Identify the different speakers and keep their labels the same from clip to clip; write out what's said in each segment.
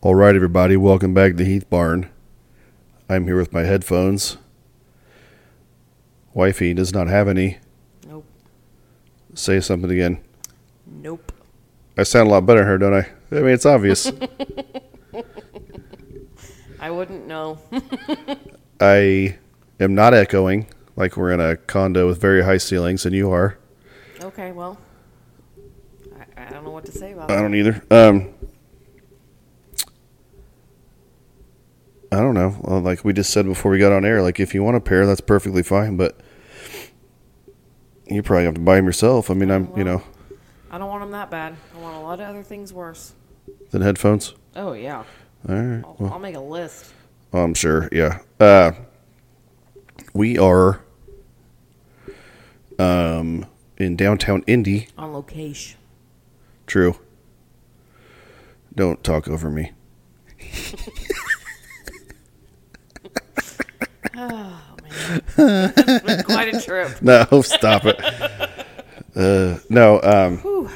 Speaker 1: All right, everybody, welcome back to Heath Barn. I'm here with my headphones. Wifey does not have any.
Speaker 2: Nope.
Speaker 1: Say something again.
Speaker 2: Nope.
Speaker 1: I sound a lot better than her, don't I? I mean, it's obvious.
Speaker 2: I wouldn't know.
Speaker 1: I am not echoing like we're in a condo with very high ceilings, and you are.
Speaker 2: okay, well, I, I don't know what to say about
Speaker 1: I
Speaker 2: it.
Speaker 1: don't either. Um, I don't know. Well, Like we just said before we got on air, like if you want a pair, that's perfectly fine. But you probably have to buy them yourself. I mean, I'm you know,
Speaker 2: I don't want them that bad. I want a lot of other things worse.
Speaker 1: than headphones.
Speaker 2: Oh, yeah.
Speaker 1: All right.
Speaker 2: I'll, I'll make a list.
Speaker 1: I'm sure. Yeah. Uh, we are um in downtown Indy.
Speaker 2: On location.
Speaker 1: True. Don't talk over me.
Speaker 2: Quite a trip.
Speaker 1: No, stop it. Uh, no, um,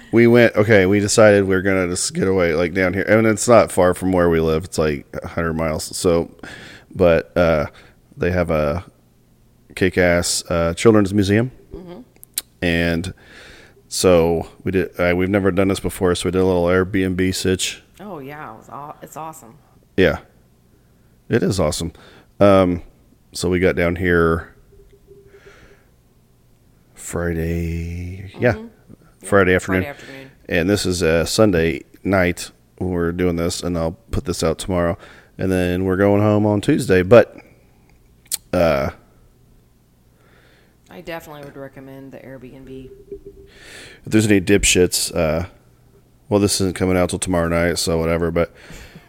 Speaker 1: we went. Okay, we decided we are gonna just get away, like down here, and it's not far from where we live. It's like hundred miles. So, but uh, they have a kick-ass uh, children's museum, and so we did. Uh, we've never done this before, so we did a little Airbnb sitch.
Speaker 2: Oh, yeah. It was aw- it's awesome.
Speaker 1: Yeah, it is awesome. Um, so we got down here Friday, yeah, Friday afternoon,
Speaker 2: Friday afternoon.
Speaker 1: and this is a Sunday night. when We're doing this, and I'll put this out tomorrow, and then we're going home on Tuesday. But uh,
Speaker 2: I definitely would recommend the Airbnb.
Speaker 1: if there's any dipshits, uh, well, this isn't coming out till tomorrow night, so whatever. But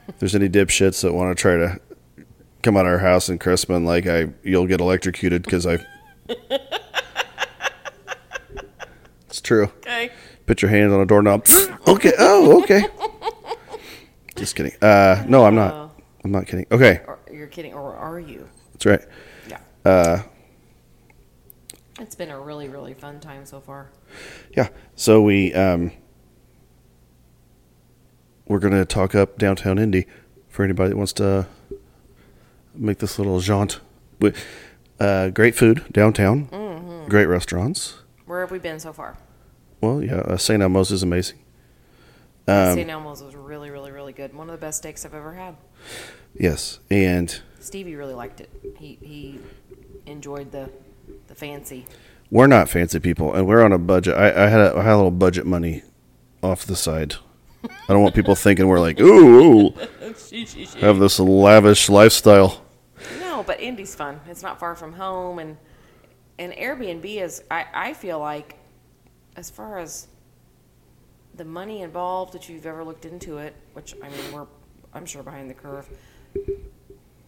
Speaker 1: if there's any dipshits that want to try to come out of our house in Crispin, like I, you'll get electrocuted because I. it's true.
Speaker 2: Okay.
Speaker 1: Put your hand on a doorknob. okay. Oh, okay. Just kidding. Uh, no, I'm
Speaker 2: Oh.
Speaker 1: not. I'm not kidding. Okay,
Speaker 2: Or, you're kidding. Or are you?
Speaker 1: that's right.
Speaker 2: Yeah.
Speaker 1: Uh,
Speaker 2: It's been a really, really fun time so far.
Speaker 1: Yeah. So we um we're gonna talk up downtown Indy for anybody that wants to make this little jaunt. We- Uh, great food downtown. Great restaurants.
Speaker 2: Where have we been so far?
Speaker 1: Well, yeah, uh, St. Elmo's is amazing. Um,
Speaker 2: St. Elmo's was really, really, really good. One of the best steaks I've ever had.
Speaker 1: Yes, and
Speaker 2: Stevie really liked it. He he enjoyed the the fancy.
Speaker 1: we're not fancy people, and we're on a budget. I, I had a, I had a little budget money off the side. I don't want people thinking we're like, ooh, ooh, have this lavish lifestyle.
Speaker 2: No, but Indy's fun. It's not far from home, and and Airbnb is. I I feel like as far as the money involved that you've ever looked into it, which I mean we're I'm sure behind the curve.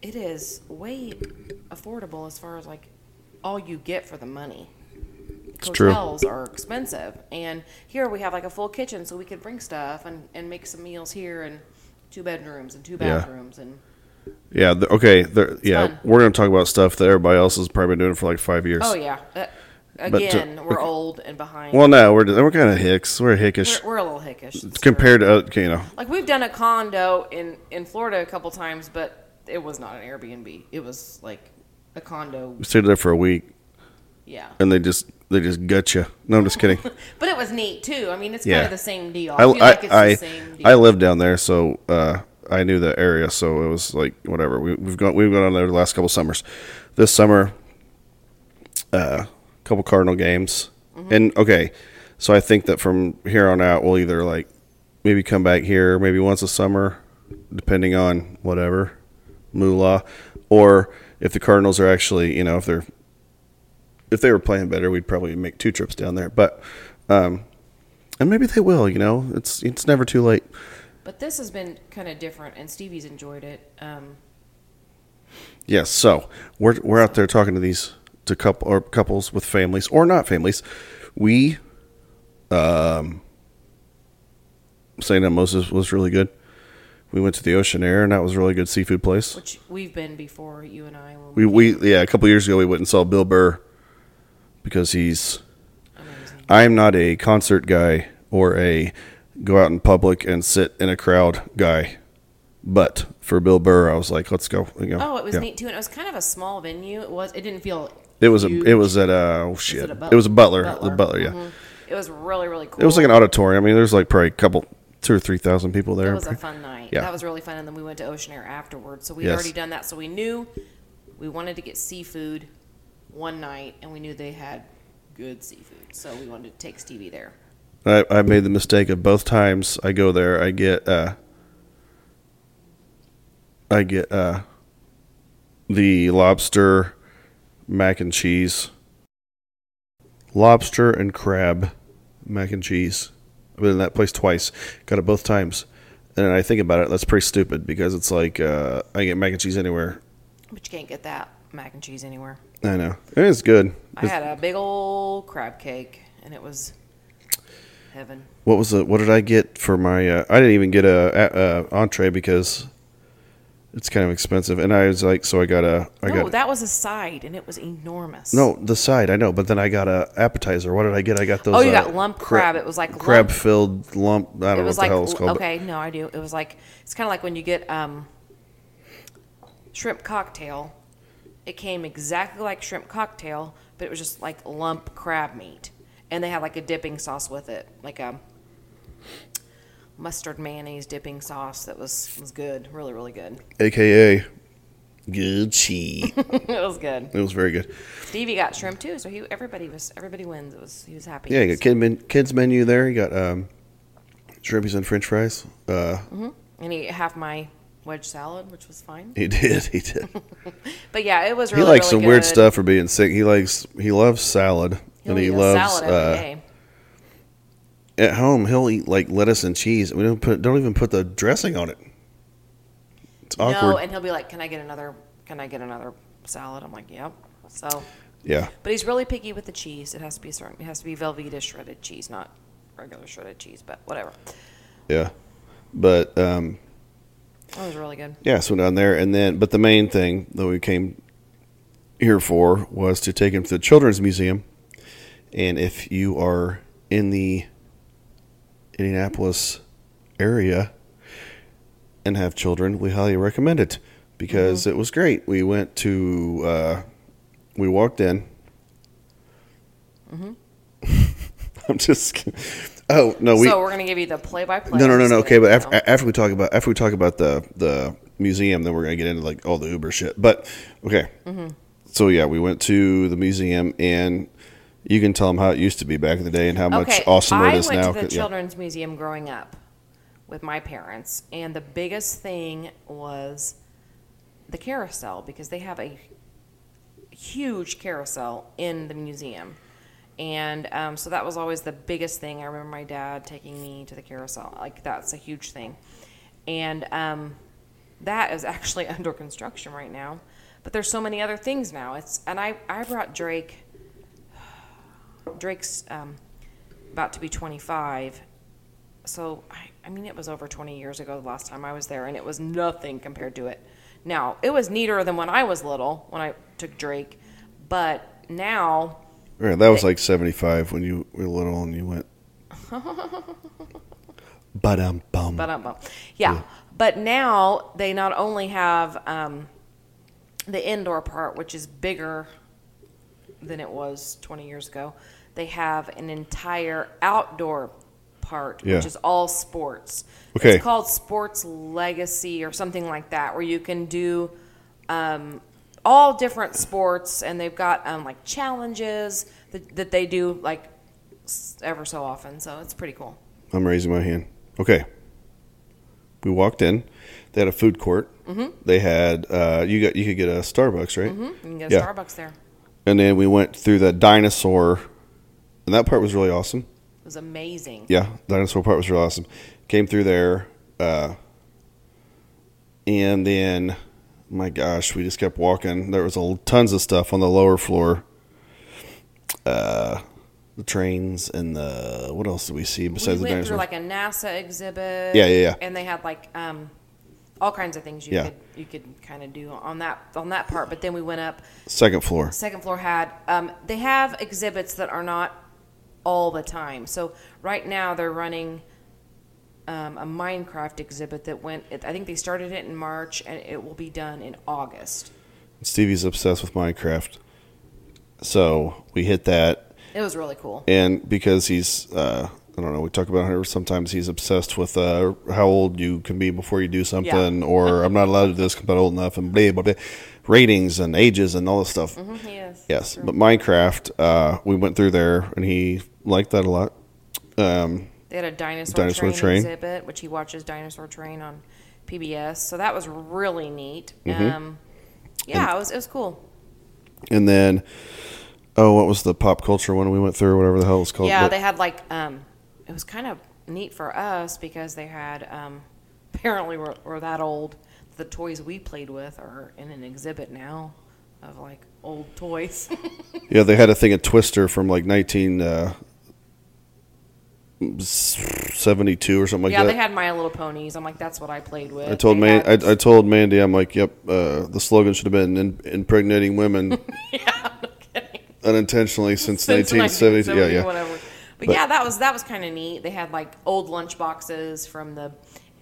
Speaker 2: It is way affordable as far as like all you get for the money.
Speaker 1: true.
Speaker 2: Hotels are expensive, and here we have like a full kitchen, so we could bring stuff and and make some meals here and two bedrooms and two
Speaker 1: Yeah.
Speaker 2: bathrooms and
Speaker 1: Yeah. The, okay. The, yeah,
Speaker 2: fun.
Speaker 1: we're gonna talk about stuff that everybody else has probably been doing for like five years.
Speaker 2: Oh yeah. Uh,
Speaker 1: to-
Speaker 2: again, we're old and behind.
Speaker 1: Well, no, we're we're kind of hicks. We're hickish
Speaker 2: we're, we're a little hickish. it's
Speaker 1: compared to uh, you know.
Speaker 2: true. like we've done a condo in in Florida a couple times, but it was not an Airbnb. It was like a condo.
Speaker 1: We stayed there for a week,
Speaker 2: Yeah.
Speaker 1: and they just they just gut you. No, I'm just kidding.
Speaker 2: But it was neat too. I mean, it's
Speaker 1: Yeah.
Speaker 2: kind of the same deal. I,
Speaker 1: I
Speaker 2: feel like it's
Speaker 1: I
Speaker 2: the
Speaker 1: I,
Speaker 2: same deal.
Speaker 1: I lived down there, so uh, I knew the area. So it was like whatever. We, we've gone we've gone down there the last couple summers. This summer, uh, couple Cardinal games,
Speaker 2: Mm-hmm.
Speaker 1: and okay. So I think that from here on out, we'll either like maybe come back here, maybe once a summer, depending on whatever moolah, or if the Cardinals are actually you know if they're if they were playing better, we'd probably make two trips down there. But um, and maybe they will. You know, it's it's never too late.
Speaker 2: but this has been kind of different, and Stevie's enjoyed it. Um,
Speaker 1: Yes. So we're we're out there talking to these to couple or couples with families or not families. We, um, St. Moses was really good. We went to the Ocean Air, and that was a really good seafood place.
Speaker 2: which we've been before, you and I. When
Speaker 1: We we yeah, a couple years ago we went and saw Bill Burr because he's
Speaker 2: amazing.
Speaker 1: I'm not a concert guy or a go out in public and sit in a crowd guy. But for Bill Burr, I was like, let's go. You know,
Speaker 2: Oh, it was
Speaker 1: yeah.
Speaker 2: neat too, and it was kind of a small venue. It was. It didn't feel.
Speaker 1: It was a,
Speaker 2: huge.
Speaker 1: it was at uh oh shit.
Speaker 2: it
Speaker 1: It,
Speaker 2: a
Speaker 1: was a butler. The butler, yeah.
Speaker 2: Mhm. It was really really cool.
Speaker 1: It was like an auditorium. I mean, there's like probably a couple, two or three thousand people there.
Speaker 2: It was a fun night.
Speaker 1: Yeah.
Speaker 2: That was really fun. And then we went to Ocean Air afterwards. So we'd
Speaker 1: Yes.
Speaker 2: already done that. So we knew we wanted to get seafood one night, and we knew they had good seafood. So we wanted to take Stevie there.
Speaker 1: I, I made the mistake of both times I go there, I get uh, I get uh, the lobster, mac and cheese, lobster and crab, mac and cheese. I've been in that place twice. Got it both times, and I think about it. That's pretty stupid because it's like uh, I get mac and cheese anywhere.
Speaker 2: But you can't get that mac and cheese anywhere.
Speaker 1: I know it's good.
Speaker 2: I had a big old crab cake, and it was heaven.
Speaker 1: what was the what did I get for my uh, I didn't even get a, a, a entree because it's kind of expensive and I was like so I got a I
Speaker 2: no,
Speaker 1: got
Speaker 2: that was a side, and it was enormous.
Speaker 1: no the side I know but then I got a appetizer what did I get I got those
Speaker 2: Oh, you
Speaker 1: uh,
Speaker 2: got lump
Speaker 1: cra-
Speaker 2: crab. It was like lump-
Speaker 1: crab filled lump I don't know
Speaker 2: it
Speaker 1: what
Speaker 2: was
Speaker 1: the
Speaker 2: like
Speaker 1: hell it's called but
Speaker 2: okay, no, I do. It was like it's kind of like when you get um, shrimp cocktail. It came exactly like shrimp cocktail, but it was just like lump crab meat, and they had like a dipping sauce with it, like a mustard mayonnaise dipping sauce that was was good, really really good.
Speaker 1: AKA good cheese
Speaker 2: it was good.
Speaker 1: it was very good
Speaker 2: Stevie got shrimp too, so he everybody was everybody wins. It was he was happy.
Speaker 1: yeah you got kid men, kids menu there you got um shrimpies and French fries uh
Speaker 2: and he ate half my wedge salad, which was fine.
Speaker 1: he did he did
Speaker 2: But yeah, it was
Speaker 1: he
Speaker 2: really
Speaker 1: likes
Speaker 2: really
Speaker 1: some weird
Speaker 2: good.
Speaker 1: stuff for being sick he likes he loves salad
Speaker 2: He'll
Speaker 1: and he
Speaker 2: eat a
Speaker 1: loves
Speaker 2: salad every
Speaker 1: uh,
Speaker 2: day.
Speaker 1: at home he'll eat like lettuce and cheese. We don't put don't even put the dressing on it. It's awkward.
Speaker 2: No, and he'll be like, "Can I get another? Can I get another salad?" I'm like, "Yep." So,
Speaker 1: yeah,
Speaker 2: but he's really picky with the cheese. It has to be certain. It has to be Velveeta shredded cheese, not regular shredded cheese. But whatever.
Speaker 1: yeah. But um,
Speaker 2: That was really good.
Speaker 1: yeah, so down there, and then but the main thing that we came here for was to take him to the children's museum. And if you are in the Indianapolis area and have children, we highly recommend it because it was great. We went to uh, we walked in. I'm just kidding. Oh no, we
Speaker 2: so we're gonna give you the play by play.
Speaker 1: no, no, no, no. Okay, but after, after we talk about after we talk about the the museum, then we're gonna get into like all the Uber shit. But okay,
Speaker 2: Mm-hmm.
Speaker 1: so yeah, we went to the museum, and you can tell them how it used to be back in the day and how much awesomer
Speaker 2: I
Speaker 1: it is
Speaker 2: went
Speaker 1: now.
Speaker 2: to the
Speaker 1: 'cause- yeah.
Speaker 2: children's museum growing up with my parents, and the biggest thing was the carousel because they have a huge carousel in the museum. And um, so that was always the biggest thing. I remember my dad taking me to the carousel. Like, that's a huge thing. And um, that is actually under construction right now. But there's so many other things now. It's And I, I brought Drake. Drake's um, about to be 25. So, I, I mean, it was over 20 years ago the last time I was there, and it was nothing compared to it. Now, it was neater than when I was little, when I took Drake, but now,
Speaker 1: Yeah, that was like 75 when you were little and you went. but um bum.
Speaker 2: but um, yeah. But now they not only have um, the indoor part, which is bigger than it was 20 years ago, they have an entire outdoor part,
Speaker 1: Yeah.
Speaker 2: which is all sports.
Speaker 1: Okay.
Speaker 2: It's called Sports Legacy or something like that, where you can do um, all different sports, and they've got um, like challenges that, that they do like s- ever so often. So it's pretty cool.
Speaker 1: I'm raising my hand. Okay. We walked in. They had a food court. Mm-hmm. They had uh, you got you could get a Starbucks right,
Speaker 2: Hmm? You can get a
Speaker 1: Yeah.
Speaker 2: Starbucks there.
Speaker 1: and then we went through the dinosaur, and that part was really awesome.
Speaker 2: It was amazing.
Speaker 1: Yeah, dinosaur part was real awesome. Came through there, uh, and then my gosh, we just kept walking. There was a, tons of stuff on the lower floor. Uh, the trains and the what else did we see besides
Speaker 2: we
Speaker 1: the
Speaker 2: went
Speaker 1: dinosaur?
Speaker 2: through like a NASA exhibit.
Speaker 1: Yeah, yeah, yeah.
Speaker 2: And they had like um, all kinds of things you
Speaker 1: Yeah.
Speaker 2: could you could kind of do on that on that part. But then we went up.
Speaker 1: Second floor.
Speaker 2: Second floor had um, they have exhibits that are not all the time. So right now they're running um, a Minecraft exhibit that went. I think they started it in March, and it will be done in August.
Speaker 1: Stevie's obsessed with Minecraft. So we hit that.
Speaker 2: It was really cool.
Speaker 1: And because he's, uh, I don't know, we talk about how sometimes he's obsessed with uh, how old you can be before you do something, or I'm not allowed to do this because I'm not old enough, and blah, blah, blah. Ratings and ages and all this stuff.
Speaker 2: Mm-hmm. Yes.
Speaker 1: Yes. But Minecraft, uh, we went through there and he liked that a lot.
Speaker 2: They had a dinosaur,
Speaker 1: Dinosaur
Speaker 2: train,
Speaker 1: Train.
Speaker 2: exhibit, which he watches Dinosaur Train on PBS. So that was really neat.
Speaker 1: Mm-hmm.
Speaker 2: Um, yeah, it was it was cool.
Speaker 1: And then, oh, what was the pop culture one we went through, whatever the hell it's called?
Speaker 2: Yeah,
Speaker 1: but-
Speaker 2: they had like um, it was kind of neat for us because they had um, apparently we're, we're that old. The toys we played with are in an exhibit now of like old toys.
Speaker 1: Yeah, they had a thing of Twister from like uh, 1972 or something like
Speaker 2: yeah,
Speaker 1: that.
Speaker 2: they had My Little Ponies. I'm like, that's what I played with.
Speaker 1: I told
Speaker 2: They
Speaker 1: Man-
Speaker 2: had-
Speaker 1: I, I told Mandy, I'm like, yep, uh, the slogan should have been in- impregnating women
Speaker 2: yeah, I'm not kidding.
Speaker 1: unintentionally since,
Speaker 2: Since
Speaker 1: 1970. Yeah, yeah.
Speaker 2: 1970, whatever. But, yeah, that was that was kind of neat. They had like old lunch boxes from the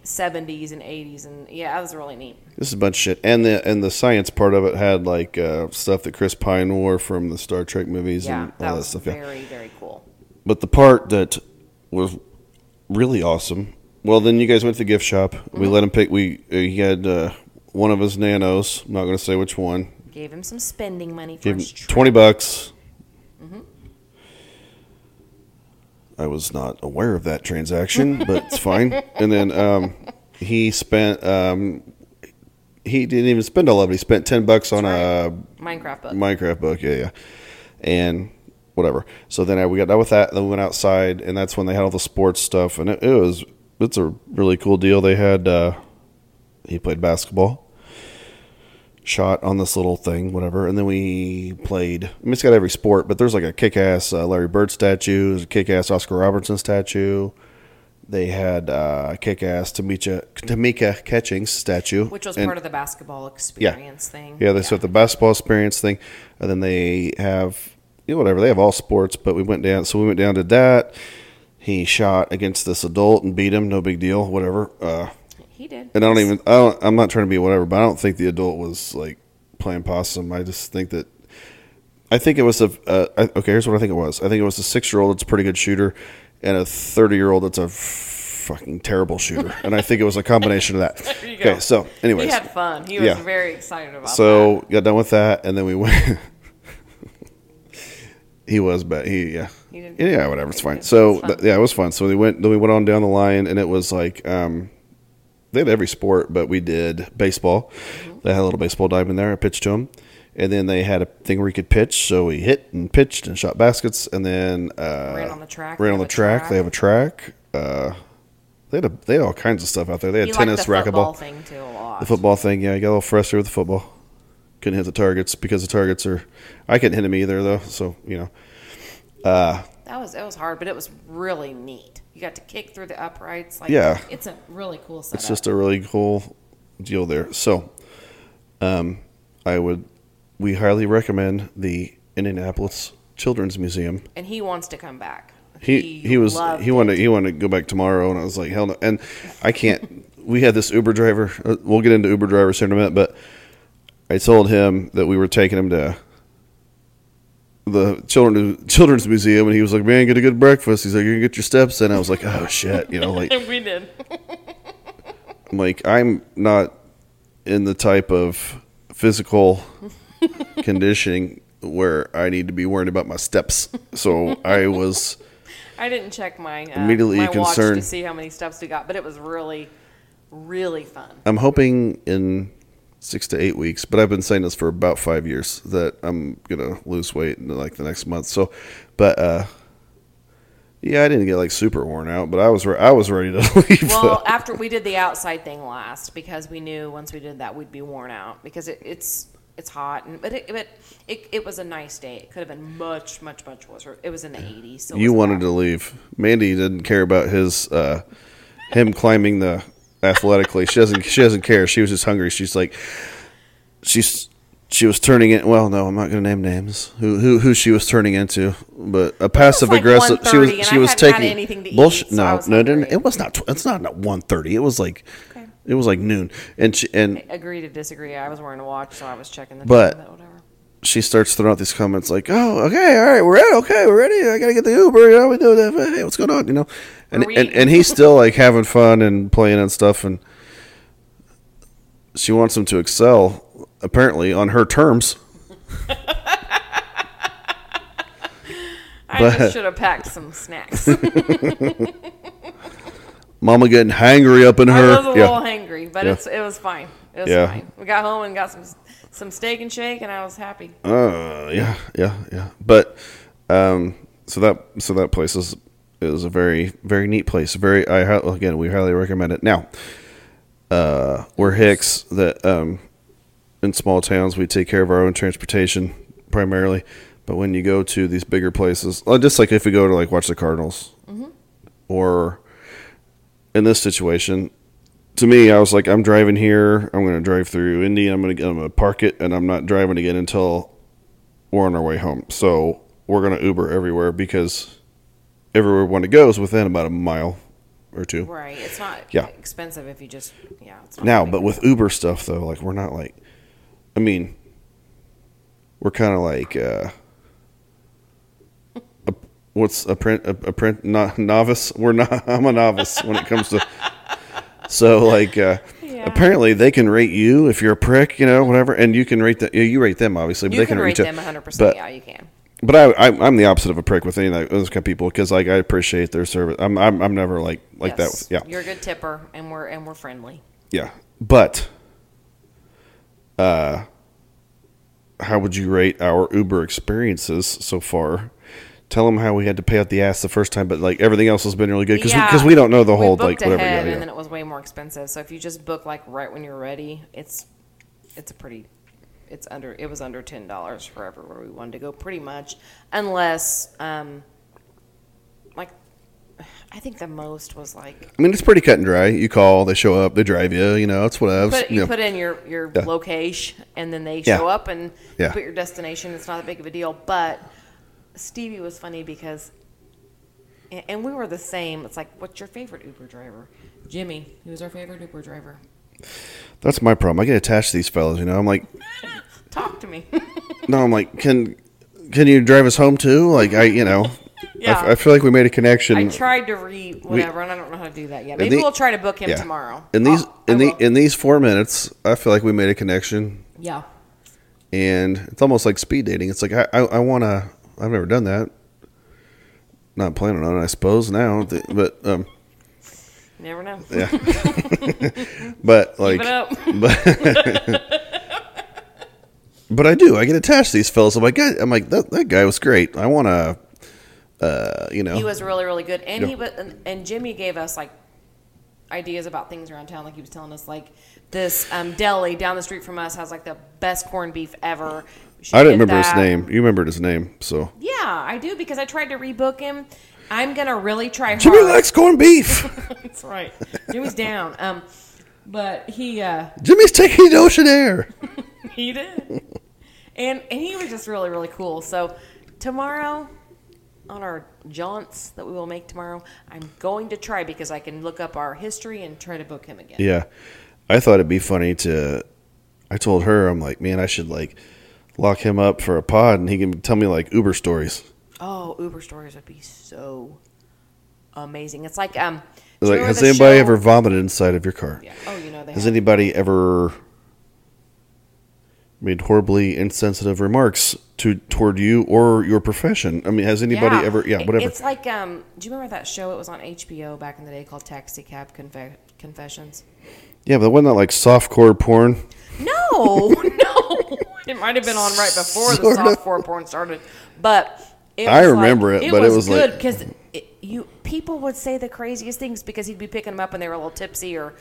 Speaker 2: 70s and 80s, and yeah, that was really neat.
Speaker 1: This is a bunch of shit. And the and the science part of it had like uh, stuff that Chris Pine wore from the Star Trek movies
Speaker 2: Yeah,
Speaker 1: and all
Speaker 2: that
Speaker 1: that,
Speaker 2: was
Speaker 1: stuff. Yeah.
Speaker 2: very very cool.
Speaker 1: But the part that was really awesome. Well, then you guys went to the gift shop. We
Speaker 2: Mm-hmm.
Speaker 1: let him pick. We uh, he had uh, one of his nanos. I'm not going to say which one.
Speaker 2: Gave him some spending money for
Speaker 1: Gave him
Speaker 2: his trip.
Speaker 1: twenty bucks. Mm-hmm. I was not aware of that transaction, but it's fine. And then um, he spent. Um, he didn't even spend all of it. He spent ten bucks on a
Speaker 2: Minecraft book.
Speaker 1: Minecraft book, yeah, yeah, and whatever. So then I, we got done with that. Then we went outside, and that's when they had all the sports stuff, and it, it was it's a really cool deal. They had uh, he played basketball, shot on this little thing, whatever, and then we played. I mean, it's got every sport, but there's like a kick-ass uh, Larry Bird statue, there's a kick-ass Oscar Robertson statue. They had uh, a kick-ass Tamika Tamika Catchings statue,
Speaker 2: which was
Speaker 1: and-
Speaker 2: part of the basketball experience thing.
Speaker 1: yeah, they set the basketball experience thing, and then they have you know, whatever they have all sports. But we went down, so we went down to that. He shot against this adult and beat him. No big deal, whatever. Uh,
Speaker 2: he did.
Speaker 1: and I don't even. I don't, I'm not trying to be whatever, but I don't think the adult was like playing possum. I just think that. I think it was a. Uh, I, okay, here's what I think it was. I think it was a six year old that's a pretty good shooter, and a thirty year old that's a fucking terrible shooter. and I think it was a combination of that.
Speaker 2: you go.
Speaker 1: okay, so anyways,
Speaker 2: He had fun. He was
Speaker 1: Yeah.
Speaker 2: very excited about
Speaker 1: so got done with that, and then we went. he was, but he yeah,
Speaker 2: He didn't-
Speaker 1: yeah, whatever. It's fine.
Speaker 2: It's
Speaker 1: So
Speaker 2: fun.
Speaker 1: th- yeah, it was fun. So we went. Then we went on down the line, and it was like um, they had every sport, but we did baseball.
Speaker 2: Mm-hmm.
Speaker 1: They had a little baseball diamond in there. I pitched to him, and then they had a thing where he could pitch. So he hit and pitched and shot baskets, and then uh,
Speaker 2: Ran on the track. They
Speaker 1: Ran on
Speaker 2: have
Speaker 1: the
Speaker 2: a
Speaker 1: track.
Speaker 2: track.
Speaker 1: They have a track. Uh, they had a, they had all kinds of stuff out there. They had
Speaker 2: that. He
Speaker 1: tennis,
Speaker 2: liked the football
Speaker 1: racquetball.
Speaker 2: thing too a lot.
Speaker 1: The football thing, yeah, I got a little frustrated with the football. Couldn't hit the targets because the targets are. I couldn't hit them either, though. So you know,
Speaker 2: that was it was hard, but it was really neat. You got to kick through the uprights. Like,
Speaker 1: Yeah.
Speaker 2: it's a really cool setup.
Speaker 1: it's just a really cool deal there. So, um, I would, we highly recommend the Indianapolis Children's Museum.
Speaker 2: and he wants to come back.
Speaker 1: He he was
Speaker 2: loved
Speaker 1: he wanted he wanted to go back tomorrow, and I was like, hell no. And I can't. we had this Uber driver. uh, We'll get into Uber drivers here in a minute, but I told him that we were taking him to the children children's museum, and he was like, "Man, get a good breakfast." He's like, "You're gonna get your steps," in." I was like, "Oh shit," you know, like
Speaker 2: it. we did.
Speaker 1: I'm like I'm not in the type of physical conditioning where I need to be worried about my steps. So I was.
Speaker 2: I didn't check my uh,
Speaker 1: Immediately
Speaker 2: my watch to
Speaker 1: concerned.
Speaker 2: see how many steps we got, but it was really, really fun.
Speaker 1: I'm hoping in six to eight weeks, but I've been saying this for about five years that I'm gonna lose weight in like the next month. So, but uh, yeah, I didn't get like super worn out, but I was re- I was ready to leave.
Speaker 2: Well, after we did the outside thing last, because we knew once we did that we'd be worn out because it, it's it's hot and but it, but it it was a nice day. It could have been much much much worse. It was in the 80s. So it
Speaker 1: you
Speaker 2: was
Speaker 1: wanted
Speaker 2: hot.
Speaker 1: to leave. Mandy didn't care about his uh, him climbing the athletically. She doesn't she doesn't care. She was just hungry. She's like she's she was turning it. Well, no, I'm not going to name names. Who who who she was turning into? But a passive
Speaker 2: like
Speaker 1: aggressive. She
Speaker 2: 1:30
Speaker 1: was
Speaker 2: and
Speaker 1: she
Speaker 2: I
Speaker 1: was
Speaker 2: hadn't had
Speaker 1: taking
Speaker 2: anything to eat,
Speaker 1: bullshit.
Speaker 2: so I
Speaker 1: no,
Speaker 2: was
Speaker 1: no, it didn't.
Speaker 2: hungry.
Speaker 1: It was not. tw- It's not at 1:30. It was like
Speaker 2: Okay.
Speaker 1: it was like noon. And she and
Speaker 2: Agree to disagree. I was wearing a watch, so I was checking the
Speaker 1: But-
Speaker 2: time, but whatever.
Speaker 1: she starts throwing out these comments like, "Oh, okay, all right, we're ready. Okay, we're ready. I gotta get the Uber. You know, we do that. Hey, what's going on? You know." And
Speaker 2: We're
Speaker 1: and,
Speaker 2: eating.
Speaker 1: and he's still like having fun and playing and stuff. And she wants him to excel, apparently, on her terms.
Speaker 2: I
Speaker 1: But-
Speaker 2: just should have packed some snacks.
Speaker 1: Mama getting hangry up in
Speaker 2: I
Speaker 1: her.
Speaker 2: was a little hangry, but
Speaker 1: Yeah.
Speaker 2: it's, it was fine. It was
Speaker 1: Yeah.
Speaker 2: fine. We got home and got some some steak and shake, and I was happy.
Speaker 1: Uh, yeah, yeah, yeah. But um, so that so that place is is a very very neat place. Very, I hi- again, we highly recommend it. Now, uh, we're Hicks that um, in small towns we take care of our own transportation primarily, but when you go to these bigger places, well, just like if we go to like watch the Cardinals, or in this situation. To me, I was like, I'm driving here. I'm going to drive through Indy. I'm going to I'm going to park it, and I'm not driving again until we're on our way home. So we're gonna Uber everywhere because everywhere we want to go is within about a mile or two.
Speaker 2: Right. It's not
Speaker 1: Yeah.
Speaker 2: expensive if you just yeah. It's not
Speaker 1: Now,
Speaker 2: big.
Speaker 1: but with Uber stuff though, like we're not like, I mean, we're kind of like uh, a, what's a print a, a print not novice. We're not. I'm a novice when it comes to. So like, uh,
Speaker 2: Yeah.
Speaker 1: apparently they can rate you if you're a prick, you know, whatever, and you can rate the you rate them obviously, but
Speaker 2: you
Speaker 1: they
Speaker 2: can, rate
Speaker 1: you.
Speaker 2: them 100.
Speaker 1: But
Speaker 2: percent Yeah, you can.
Speaker 1: But I, I, I'm the opposite of a prick with any of those kind of people because, like, I appreciate their service. I'm, I'm, I'm never like like
Speaker 2: Yes.
Speaker 1: that. Yeah,
Speaker 2: You're a good tipper, and we're and we're friendly.
Speaker 1: yeah. But, uh, how would you rate our Uber experiences so far? Tell them how we had to pay out the ass the first time, but like everything else has been really good because
Speaker 2: Yeah.
Speaker 1: because we, don't know the
Speaker 2: We
Speaker 1: whole like
Speaker 2: booked
Speaker 1: whatever.
Speaker 2: ahead,
Speaker 1: Yeah, yeah.
Speaker 2: and then it was way more expensive. So if you just book like right when you're ready, it's it's a pretty it's under it was under ten dollars for everywhere we wanted to go, pretty much, unless um like I think the most was like
Speaker 1: I mean, it's pretty cut and dry. You call, they show up, they drive you. You know, it's whatever.
Speaker 2: put,
Speaker 1: you
Speaker 2: you
Speaker 1: know.
Speaker 2: put in your your location and then they
Speaker 1: Yeah.
Speaker 2: show up and you
Speaker 1: Yeah.
Speaker 2: put your destination it's not that big of a deal but stevie was funny because and and we were the same it's like what's your favorite uber driver jimmy he was our favorite uber driver
Speaker 1: That's my problem. I get attached to these fellas. You know, I'm like,
Speaker 2: talk to me
Speaker 1: no, I'm like, can can you drive us home too? Like, I, you know. I,
Speaker 2: Yeah.
Speaker 1: f- I feel like we made a connection.
Speaker 2: i tried to re whatever and i don't know how to do that yet maybe
Speaker 1: Mm. the-
Speaker 2: we'll try to book him
Speaker 1: Yeah.
Speaker 2: tomorrow
Speaker 1: In these
Speaker 2: Oh, I
Speaker 1: in
Speaker 2: will.
Speaker 1: the in these four minutes, I feel like we made a connection,
Speaker 2: yeah
Speaker 1: and it's almost like speed dating. It's like I I, I want to. I've never done that. Not planning on it, I suppose now. th- But um,
Speaker 2: never know
Speaker 1: yeah. but like,
Speaker 2: Give it up.
Speaker 1: but I do. I get attached to these fellas. I'm like, "God," I'm like that. That guy was great. I want to. Uh, you know.
Speaker 2: He was really, really good, and he
Speaker 1: Yeah.
Speaker 2: was, and, and Jimmy gave us like ideas about things around town. Like he was telling us, like this um, deli down the street from us has like the best corned beef ever. We should
Speaker 1: I didn't
Speaker 2: get
Speaker 1: remember his
Speaker 2: that.
Speaker 1: name. You remembered his name, so.
Speaker 2: Yeah, I do because I tried to rebook him. I'm gonna really try
Speaker 1: Jimmy
Speaker 2: hard.
Speaker 1: likes corned beef.
Speaker 2: That's right. Jimmy's down. Um, but he uh,
Speaker 1: Jimmy's taking the ocean air.
Speaker 2: he did, and and he was just really, really cool. So tomorrow. On our jaunts that we will make tomorrow, I'm going to try because I can look up our history and try to book him again.
Speaker 1: Yeah. I thought it'd be funny to I told her I'm like, man, I should like lock him up for a pod and he can tell me like Uber stories.
Speaker 2: Oh, Uber stories would be so amazing. It's like um. do you
Speaker 1: Like,
Speaker 2: remember
Speaker 1: has
Speaker 2: the
Speaker 1: anybody
Speaker 2: show-
Speaker 1: ever vomited inside of your car?
Speaker 2: Yeah. Oh, you know they.
Speaker 1: Has
Speaker 2: have.
Speaker 1: anybody ever made horribly insensitive remarks to toward you or your profession? I mean, has anybody
Speaker 2: Yeah.
Speaker 1: ever yeah,
Speaker 2: It-
Speaker 1: whatever.
Speaker 2: It's like um. Do you remember that show? It was on HBO back in the day called Taxi Cab Confe- Confessions.
Speaker 1: Yeah, but wasn't that like softcore porn?
Speaker 2: No, no. It might have been on right before
Speaker 1: Sort
Speaker 2: the
Speaker 1: of.
Speaker 2: softcore porn started, but it
Speaker 1: I
Speaker 2: was like-
Speaker 1: remember it, but it was like-
Speaker 2: good because you people would say the craziest things because he'd be picking them up and they were a little tipsy or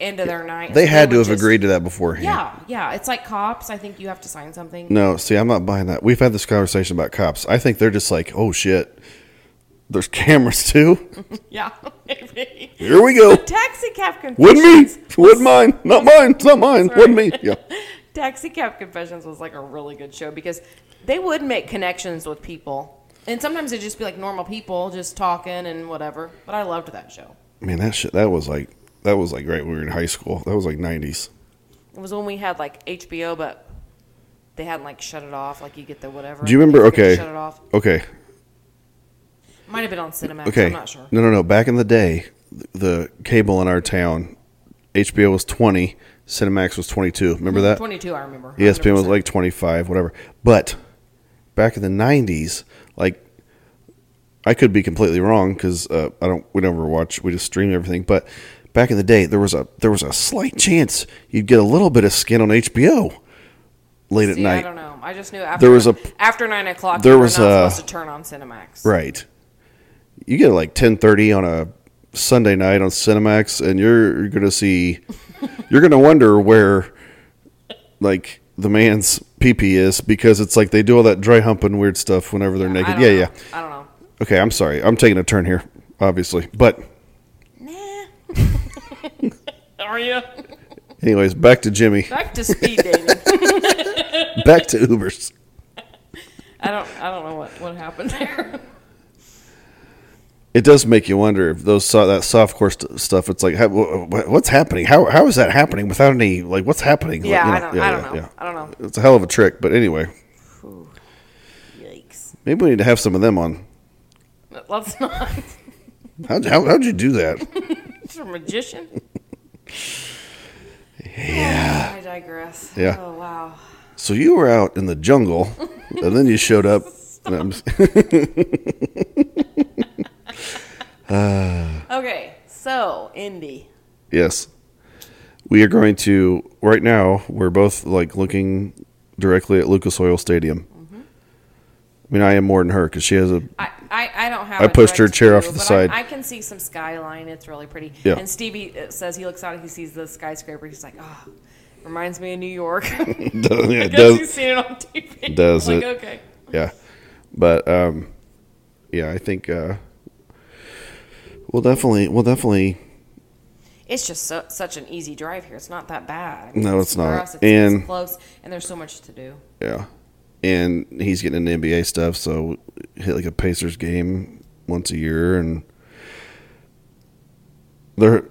Speaker 2: end of their night.
Speaker 1: They had to
Speaker 2: would
Speaker 1: have
Speaker 2: just-
Speaker 1: agreed to that beforehand.
Speaker 2: Yeah, yeah. It's like cops. I think you have to sign something.
Speaker 1: No, see, I'm not buying that. We've had this conversation about cops. I think they're just like, oh shit, there's cameras too.
Speaker 2: Yeah, maybe.
Speaker 1: Here we go.
Speaker 2: Taxi cab confessions.
Speaker 1: Wouldn't me. Wouldn't mine. Not mine. It's not mine. Wouldn't me. Yeah.
Speaker 2: Taxi Cab Confessions was like a really good show because they would make connections with people. And sometimes it'd just be like normal people just talking and whatever. But I loved that show.
Speaker 1: Man, that shit that was like that was like right when we were in high school. That was like nineties.
Speaker 2: It was when we had like HBO, but they hadn't like shut it off. Like you get the whatever.
Speaker 1: Do you remember? Okay,
Speaker 2: They couldn't Shut it off.
Speaker 1: okay,
Speaker 2: Might have been on Cinemax.
Speaker 1: okay.
Speaker 2: I'm not sure.
Speaker 1: No, no, no. Back in the day, th- the cable in our town, HBO was twenty, Cinemax was twenty two. Remember
Speaker 2: Mm-hmm.
Speaker 1: that? E
Speaker 2: 22, I remember.
Speaker 1: ESPN was
Speaker 2: 100%.
Speaker 1: like 25, whatever. But back in the 90s, like I could be completely wrong because uh, I don't. We never watch. We just stream everything. But back in the day, there was a there was a slight chance you'd get a little bit of skin on HBO late at
Speaker 2: See,
Speaker 1: night.
Speaker 2: I don't know. I just knew after
Speaker 1: There was a-
Speaker 2: after nine o'clock.
Speaker 1: there
Speaker 2: you were
Speaker 1: was
Speaker 2: not
Speaker 1: a-
Speaker 2: supposed to turn on Cinemax.
Speaker 1: Right. You get like ten thirty on a Sunday night on Cinemax, and you're gonna see, you're gonna wonder where, like the man's pee pee is because it's like they do all that dry humping weird stuff whenever they're
Speaker 2: I
Speaker 1: naked.
Speaker 2: don't
Speaker 1: Yeah,
Speaker 2: know.
Speaker 1: yeah.
Speaker 2: I don't know.
Speaker 1: Okay, I'm sorry. I'm taking a turn here, obviously. But
Speaker 2: Nah. Are you
Speaker 1: anyways, back to Jimmy.
Speaker 2: back to speed dating?
Speaker 1: Back to Ubers.
Speaker 2: I don't. I don't know what what happened there.
Speaker 1: It does make you wonder if those so- that softcore st- stuff. It's like, how, wh- wh- what's happening? How how is that happening without any like what's happening?
Speaker 2: Yeah, I
Speaker 1: Like,
Speaker 2: don't.
Speaker 1: you
Speaker 2: I don't know.
Speaker 1: yeah, yeah.
Speaker 2: I don't know.
Speaker 1: It's a hell of a trick, but anyway,
Speaker 2: Yikes.
Speaker 1: maybe we need to have some of them on.
Speaker 2: Let's not.
Speaker 1: How how how'd you do that?
Speaker 2: You're a magician.
Speaker 1: Yeah.
Speaker 2: I digress.
Speaker 1: Yeah.
Speaker 2: Oh wow.
Speaker 1: So you were out in the jungle, and then you showed up. and I'm just-
Speaker 2: Okay. So Indy.
Speaker 1: yes, we are going to right now. We're both like looking directly at Lucas Oil Stadium. I mean, I am more than her because she has a
Speaker 2: I, I, I don't have.
Speaker 1: I
Speaker 2: a
Speaker 1: pushed her
Speaker 2: direct
Speaker 1: chair off
Speaker 2: view,
Speaker 1: to the
Speaker 2: but
Speaker 1: side.
Speaker 2: I, I can see some skyline. It's really pretty.
Speaker 1: Yeah.
Speaker 2: And Stevie uh, says he looks out and he sees the skyscraper. He's like, oh, reminds me of New York. I
Speaker 1: does, yeah,
Speaker 2: guess
Speaker 1: does-
Speaker 2: he's seen it on TV.
Speaker 1: does
Speaker 2: I'm like,
Speaker 1: it.
Speaker 2: Okay.
Speaker 1: yeah, but um, yeah, I think uh, we'll definitely we'll definitely
Speaker 2: It's just so, such an easy drive here. It's not that bad. I
Speaker 1: No, it's
Speaker 2: for
Speaker 1: not.
Speaker 2: Us, it's, it's
Speaker 1: And-
Speaker 2: close, and there's so much to do.
Speaker 1: Yeah. And he's getting into NBA stuff, so hit like a Pacers game once a year and they're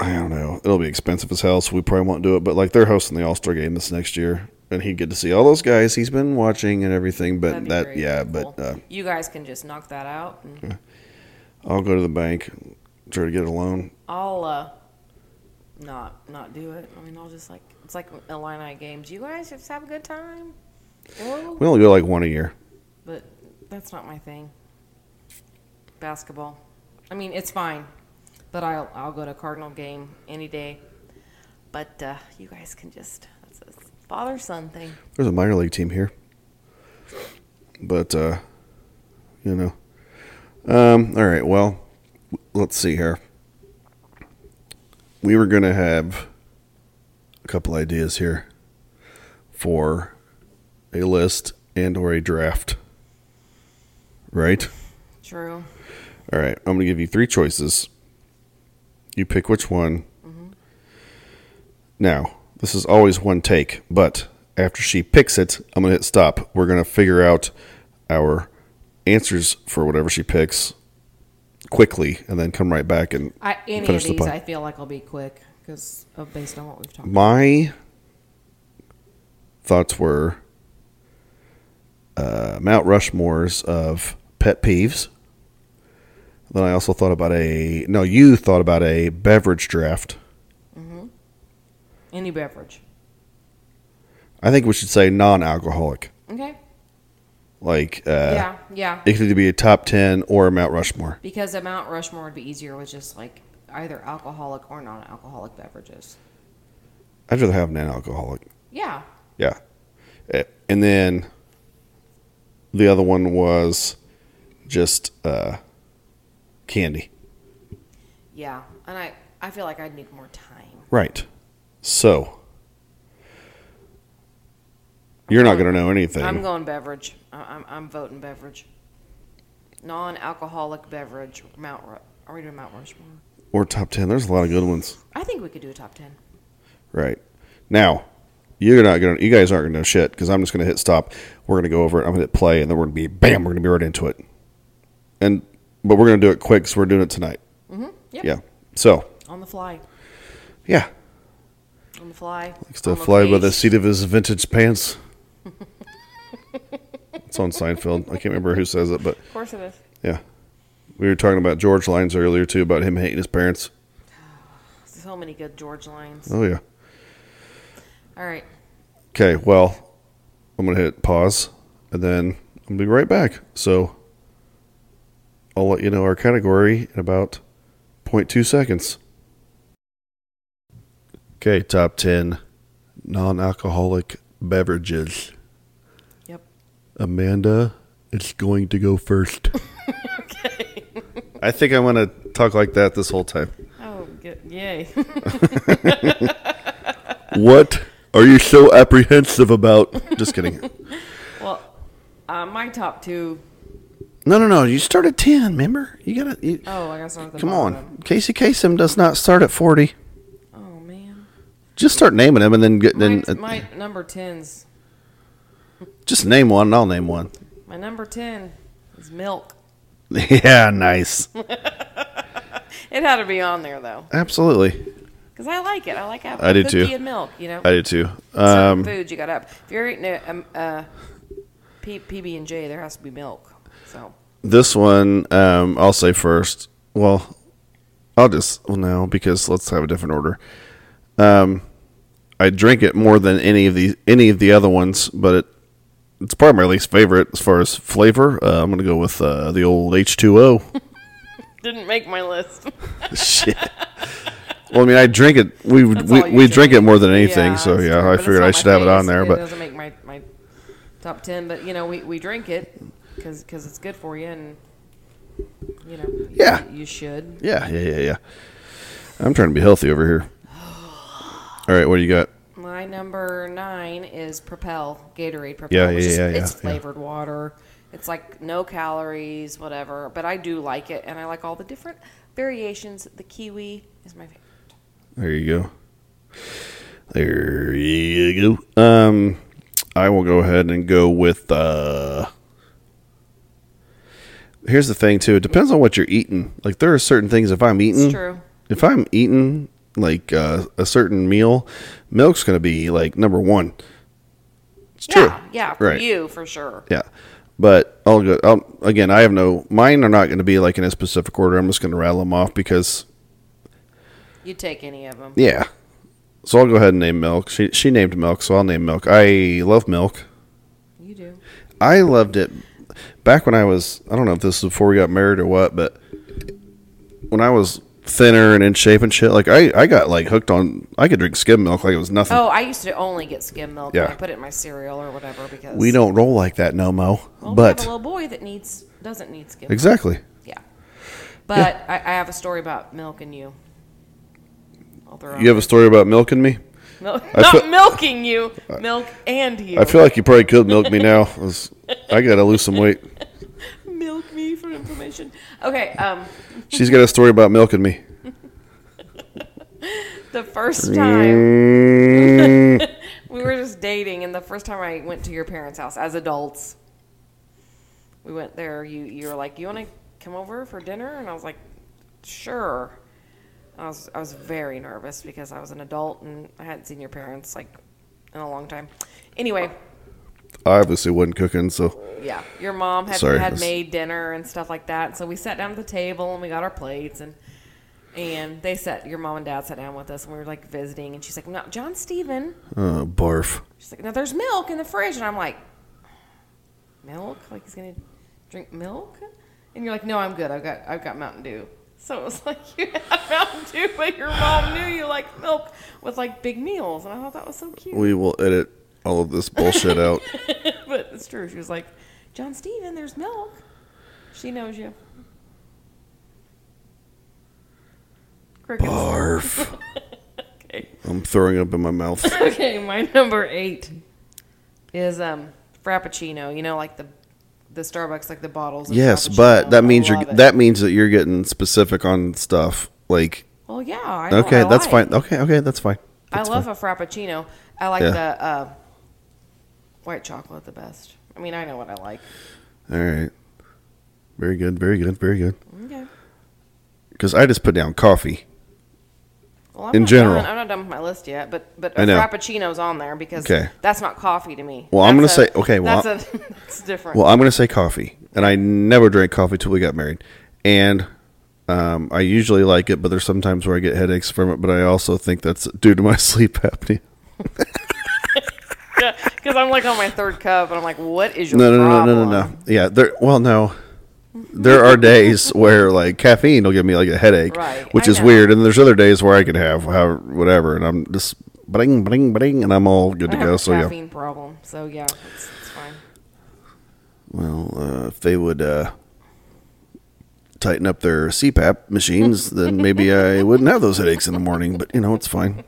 Speaker 1: I don't know. It'll be expensive as hell, so we probably won't do it. But like they're hosting the All Star game this next year, and he'd get to see all those guys he's been watching and everything. But
Speaker 2: That'd be
Speaker 1: that,
Speaker 2: great.
Speaker 1: yeah,
Speaker 2: Cool.
Speaker 1: but uh,
Speaker 2: you guys can just knock that out. And
Speaker 1: I'll go to the bank, try to get a loan.
Speaker 2: I'll uh, not not do it. I mean, I'll just like it's like Illini games. You guys just have a good time. Whoa.
Speaker 1: We only go like one a year.
Speaker 2: But that's not my thing. Basketball. I mean, it's fine, but I'll I'll go to Cardinal game any day. But uh, you guys can just that's a father son thing.
Speaker 1: There's a minor league team here, but uh, you know. Um, all right. Well, w- let's see here. We were gonna have a couple ideas here for a list and or a draft, right?
Speaker 2: True.
Speaker 1: All right. I'm gonna give you three choices. You pick which one. Now, this is always one take, but after she picks it, I'm gonna hit stop. We're gonna figure out our answers for whatever she picks quickly, and then come right back and
Speaker 2: I, any
Speaker 1: finish
Speaker 2: of
Speaker 1: the
Speaker 2: these,
Speaker 1: point.
Speaker 2: I feel like I'll be quick because of based on what we've talked.
Speaker 1: My thoughts were uh, Mount Rushmore's of pet peeves. Then I also thought about a no. You thought about a beverage draft. Mm-hmm.
Speaker 2: Any beverage.
Speaker 1: I think we should say non-alcoholic.
Speaker 2: Okay.
Speaker 1: Like uh,
Speaker 2: yeah. Yeah.
Speaker 1: it could either be a top ten or a Mount Rushmore.
Speaker 2: Because a Mount Rushmore would be easier with just like either alcoholic or non-alcoholic beverages.
Speaker 1: I'd rather have non-alcoholic.
Speaker 2: Yeah.
Speaker 1: Yeah. Eh, And then the other one was just uh, candy.
Speaker 2: Yeah. And I I feel like I'd need more time.
Speaker 1: Right. So you're not going to know anything.
Speaker 2: I'm going beverage. I- I'm, I'm voting beverage. Non-alcoholic beverage. Mount. Ru- Are we doing Mount Rushmore?
Speaker 1: or top 10. There's a lot of good ones.
Speaker 2: I think we could do a top ten.
Speaker 1: Right. Now, You're not gonna. You guys aren't gonna know shit because I'm just gonna hit stop. We're gonna go over it. I'm gonna hit play, and then we're gonna be bam. We're gonna be right into it. And but we're gonna do it quick, so we're doing it tonight.
Speaker 2: Yep.
Speaker 1: Yeah. So
Speaker 2: On the fly.
Speaker 1: yeah,
Speaker 2: On the fly.
Speaker 1: likes to
Speaker 2: on
Speaker 1: fly by the
Speaker 2: face.
Speaker 1: seat of his vintage pants. it's on Seinfeld. I can't remember who says it, but
Speaker 2: Of course it is.
Speaker 1: yeah, we were talking about George lines earlier too about him hating his parents.
Speaker 2: So many good George lines.
Speaker 1: Oh yeah.
Speaker 2: All right.
Speaker 1: Okay, well, I'm gonna hit pause and then I'm gonna be right back. So I'll let you know our category in about 0.2 seconds. Okay, top 10 non alcoholic beverages.
Speaker 2: Yep.
Speaker 1: Amanda is going to go first. I think I'm gonna talk like that this whole time.
Speaker 2: Oh, good. yay.
Speaker 1: What are you so apprehensive about? Just kidding.
Speaker 2: well, uh, my top two.
Speaker 1: No, no, no. You start at 10, remember? You gotta. You,
Speaker 2: Oh, I got something.
Speaker 1: Come on. Casey Kasem does not start at 40.
Speaker 2: Oh, man.
Speaker 1: Just start naming them and then get then
Speaker 2: Mine's-
Speaker 1: uh,
Speaker 2: my, number 10's.
Speaker 1: just name one and I'll name one.
Speaker 2: My number 10 is milk.
Speaker 1: Yeah, nice.
Speaker 2: It had to be on there, though,
Speaker 1: Absolutely.
Speaker 2: because I like it. I like having
Speaker 1: I do
Speaker 2: cookie
Speaker 1: too.
Speaker 2: and milk, you know?
Speaker 1: I do too.
Speaker 2: Certain
Speaker 1: Um,
Speaker 2: food you got up. If you're eating a, um, uh, P- PB&J, there has to be milk. So,
Speaker 1: this one um, I'll say first. Well, I'll just well no because let's have a different order. Um, I drink it more than any of the any of the other ones, but it it's probably my least favorite as far as flavor. Uh, I'm gonna go with uh, the old H2O.
Speaker 2: didn't make my list.
Speaker 1: Shit. Well, I mean, I drink it. We
Speaker 2: That's
Speaker 1: we,
Speaker 2: all you
Speaker 1: we drink it more than
Speaker 2: Yeah,
Speaker 1: anything. so
Speaker 2: that's
Speaker 1: yeah,
Speaker 2: true,
Speaker 1: I
Speaker 2: but it's
Speaker 1: figured
Speaker 2: not
Speaker 1: I
Speaker 2: my
Speaker 1: should have it on
Speaker 2: face.
Speaker 1: there.
Speaker 2: it
Speaker 1: But
Speaker 2: doesn't make my, my top ten, but you know we, we drink it because it's good for you and you know you-
Speaker 1: Yeah.
Speaker 2: you, should.
Speaker 1: yeah, yeah, yeah, yeah. I'm trying to be healthy over here. All right, what do you got?
Speaker 2: My number nine is Propel Gatorade Propel.
Speaker 1: Yeah, yeah,
Speaker 2: which is-
Speaker 1: yeah,
Speaker 2: It's
Speaker 1: yeah, yeah.
Speaker 2: flavored water. It's like no calories, whatever. But I do like it, and I like all the different variations. The kiwi is my favorite.
Speaker 1: There you go. There you go. Um, I will go ahead and go with. Uh, here's the thing, too. It depends on what you're eating. Like there are certain things. If I'm eating,
Speaker 2: It's true.
Speaker 1: if I'm eating like uh, a certain meal, milk's gonna be like number one. It's true.
Speaker 2: Yeah, yeah, for
Speaker 1: Right.
Speaker 2: you for sure.
Speaker 1: Yeah. But I'll go. I'll, again, I have no. Mine are not going to be like in a specific order. I'm just going to rattle them off because
Speaker 2: You take any of them.
Speaker 1: yeah. So I'll go ahead and name milk. She she named milk, so I'll name milk. I love milk.
Speaker 2: You do.
Speaker 1: I loved it back when I was. I don't know if this is before we got married or what, but when I was thinner and in shape and shit, like I I got like hooked on. I could drink skim milk like it was nothing.
Speaker 2: Oh, I used to only get skim milk. and
Speaker 1: Yeah.
Speaker 2: I put it in my cereal or whatever because
Speaker 1: We don't roll like that no mo.
Speaker 2: Well, we have a
Speaker 1: but
Speaker 2: little boy that needs doesn't need skim. milk.
Speaker 1: exactly.
Speaker 2: Yeah, but I, I have a story about milking you. I'll throw
Speaker 1: You have a story about milking me.
Speaker 2: milk,
Speaker 1: I
Speaker 2: not
Speaker 1: feel-
Speaker 2: milking you, milk and you.
Speaker 1: I feel like you probably could milk me now. It was- I gotta lose some weight.
Speaker 2: milk me for information. Okay, um,
Speaker 1: She's got a story about milking me.
Speaker 2: the first time
Speaker 1: Mm.
Speaker 2: we were just dating, and the first time I went to your parents' house as adults, we went there. You you were like, you want to come over for dinner, and I was like, sure. I was I was very nervous because I was an adult and I hadn't seen your parents like in a long time. Anyway,
Speaker 1: I obviously wasn't cooking, so
Speaker 2: yeah, your mom had
Speaker 1: Sorry,
Speaker 2: had
Speaker 1: that's-
Speaker 2: made dinner and stuff like that. So we sat down at the table and we got our plates and and they sat. Your mom and dad sat down with us and we were like visiting. And she's like, "No, John Steven."
Speaker 1: uh, barf.
Speaker 2: She's like, "No, there's milk in the fridge," and I'm like, "Milk? Like he's gonna drink milk?" And you're like, "No, I'm good. I've got I've got Mountain Dew." So it was like you had Mountain Dew, but your mom knew you liked milk with like big meals, and I thought that was so cute.
Speaker 1: We will edit all of this bullshit out.
Speaker 2: but it's true. She was like, John Steven, there's milk. She knows you. Crickets.
Speaker 1: Barf.
Speaker 2: Okay.
Speaker 1: I'm throwing up in my mouth.
Speaker 2: Okay, my number eight is um Frappuccino. You know, like the the Starbucks, like the bottles. Of
Speaker 1: Yes,
Speaker 2: Frappuccino.
Speaker 1: but that
Speaker 2: I
Speaker 1: means you're
Speaker 2: love it.
Speaker 1: that means that you're getting specific on stuff. Like
Speaker 2: Well, yeah. I know what
Speaker 1: okay,
Speaker 2: I
Speaker 1: that's
Speaker 2: like.
Speaker 1: fine. Okay, okay, that's fine.
Speaker 2: I love a Frappuccino, I like
Speaker 1: Yeah.
Speaker 2: the uh, white chocolate the best. I mean, I know what I like.
Speaker 1: All right. Very good. Very good. Very good.
Speaker 2: Okay.
Speaker 1: Because I just put down coffee.
Speaker 2: Well, I'm
Speaker 1: In
Speaker 2: not
Speaker 1: general.
Speaker 2: done. I'm not done with my list yet, but but
Speaker 1: I
Speaker 2: a
Speaker 1: know.
Speaker 2: frappuccino's on there because
Speaker 1: Okay.
Speaker 2: that's not coffee to me.
Speaker 1: Well, I'm
Speaker 2: That's
Speaker 1: gonna
Speaker 2: a-
Speaker 1: say- okay, well,
Speaker 2: that's a, that's different.
Speaker 1: Well, I'm going to say coffee. And I never drank coffee till we got married. And um, I usually like it, but there's sometimes where I get headaches from it. But I also think that's due to my sleep apnea.
Speaker 2: Because I'm like on my third cup, and I'm like, what is your
Speaker 1: No, no, no,
Speaker 2: problem?
Speaker 1: no, no, no, no. Yeah. There, well, no. There are days where like caffeine will give me like a headache,
Speaker 2: Right,
Speaker 1: which
Speaker 2: I
Speaker 1: is
Speaker 2: know.
Speaker 1: weird. And there's other days where I could have how- whatever, and I'm just bling, bling, bling, and I'm all good
Speaker 2: I
Speaker 1: to
Speaker 2: have
Speaker 1: go.
Speaker 2: a
Speaker 1: So yeah.
Speaker 2: caffeine problem. So yeah, it's, it's fine.
Speaker 1: Well, uh, if they would uh, tighten up their CPAP machines, then maybe I wouldn't have those headaches in the morning. But you know, it's fine.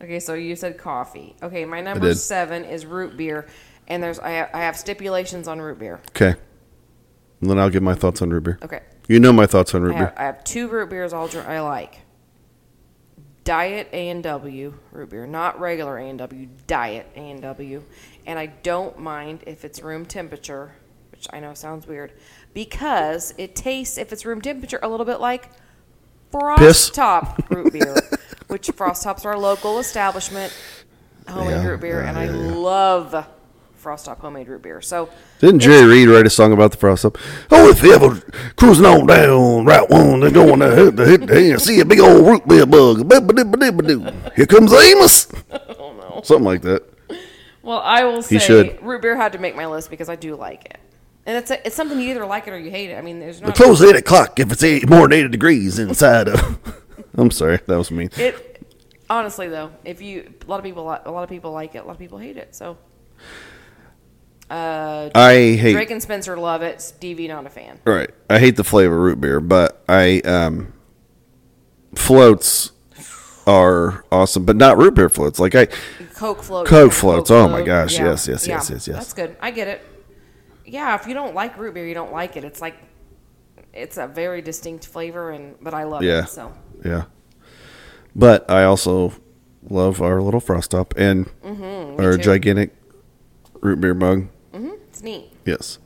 Speaker 2: Okay, so you said coffee. Okay, my number
Speaker 1: did.
Speaker 2: seven is root beer, and there's I have, I have stipulations on root beer.
Speaker 1: Okay. And then I'll give my thoughts on root beer.
Speaker 2: Okay,
Speaker 1: You know my thoughts on root
Speaker 2: I
Speaker 1: beer.
Speaker 2: have, I have two root beers all dr- I like. Diet A and W root beer, not regular A and W. Diet A and W, and I don't mind if it's room temperature, which I know sounds weird, because it tastes if it's room temperature a little bit like frost
Speaker 1: Piss.
Speaker 2: top root beer, which frost tops are a local establishment homemade
Speaker 1: Yeah,
Speaker 2: root beer,
Speaker 1: yeah,
Speaker 2: and I
Speaker 1: yeah, yeah.
Speaker 2: love frost top homemade root beer. So
Speaker 1: Didn't Jerry Reed write a song about the frost up? Oh, if you ever cruising on down Route One, they're going to hit the hit the see a big old root beer bug. Ba-ba-doo-ba-doo-ba-doo. Here comes Amos.
Speaker 2: oh no.
Speaker 1: Something like that.
Speaker 2: Well, I will say
Speaker 1: He should.
Speaker 2: root beer had to make my list because I do like it, and it's a, it's something you either like it or you hate it. I mean, there's
Speaker 1: They
Speaker 2: not
Speaker 1: close at eight o'clock if it's eight, more than eighty degrees inside of. I'm sorry, that was mean.
Speaker 2: it. Honestly, though, if you a lot of people li- a lot of people like it, a lot of people hate it. So Uh,
Speaker 1: I hate.
Speaker 2: Drake and Spencer love it. Stevie not a fan.
Speaker 1: All right, I hate the flavor of root beer, but I um floats are awesome, but not root beer floats. Like I,
Speaker 2: Coke float.
Speaker 1: Coke floats. Oh my gosh, yes, yes, yes, yes, yes.
Speaker 2: That's good. I get it. Yeah, if you don't like root beer, you don't like it. It's like it's a very distinct flavor, and but I love
Speaker 1: Yeah.
Speaker 2: it. So
Speaker 1: yeah, but I also love our little frost top and our
Speaker 2: too.
Speaker 1: gigantic root beer mug.
Speaker 2: it's neat.
Speaker 1: Yes.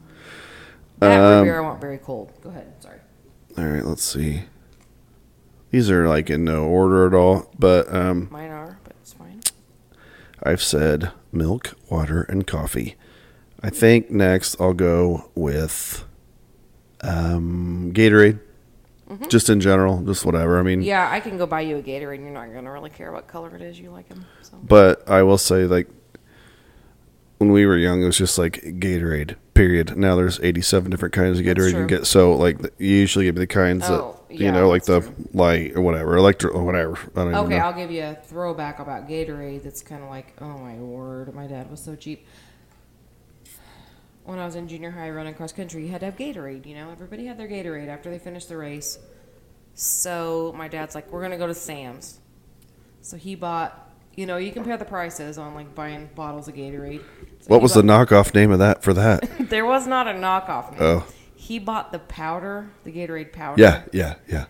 Speaker 2: That
Speaker 1: Um,
Speaker 2: root beer I want very cold. Go ahead. Sorry.
Speaker 1: All right, let's see. These are like in no order at all, but um,
Speaker 2: Mine are, but it's fine.
Speaker 1: Mm. I've said milk, water, and coffee. I think next I'll go with um, Gatorade. Just in general, just whatever. I mean,
Speaker 2: Mm-hmm. Yeah, I can go buy you a Gatorade, and you're not going to really care what color it is. You like them, so
Speaker 1: but I will say, like, when we were young, it was just like Gatorade, period. Now there's 87 different kinds of Gatorade you can
Speaker 2: true.
Speaker 1: get. So, like, th- you usually give me the kinds
Speaker 2: Oh,
Speaker 1: that,
Speaker 2: yeah,
Speaker 1: you know, like the
Speaker 2: that's
Speaker 1: light or whatever, electro or whatever. I don't
Speaker 2: okay,
Speaker 1: even know.
Speaker 2: I'll give you a throwback about Gatorade. That's kind of like, oh my word, my dad was so cheap. When I was in junior high running cross country, you had to have Gatorade. You know, everybody had their Gatorade after they finished the race. So my dad's like, we're going to go to Sam's. So he bought. You know, you compare the prices on like buying bottles of Gatorade. So
Speaker 1: What
Speaker 2: he
Speaker 1: was
Speaker 2: bought-
Speaker 1: the knockoff name of that for that?
Speaker 2: There was not a knockoff. Name.
Speaker 1: Oh.
Speaker 2: He bought the powder, the Gatorade powder.
Speaker 1: yeah, yeah, yeah.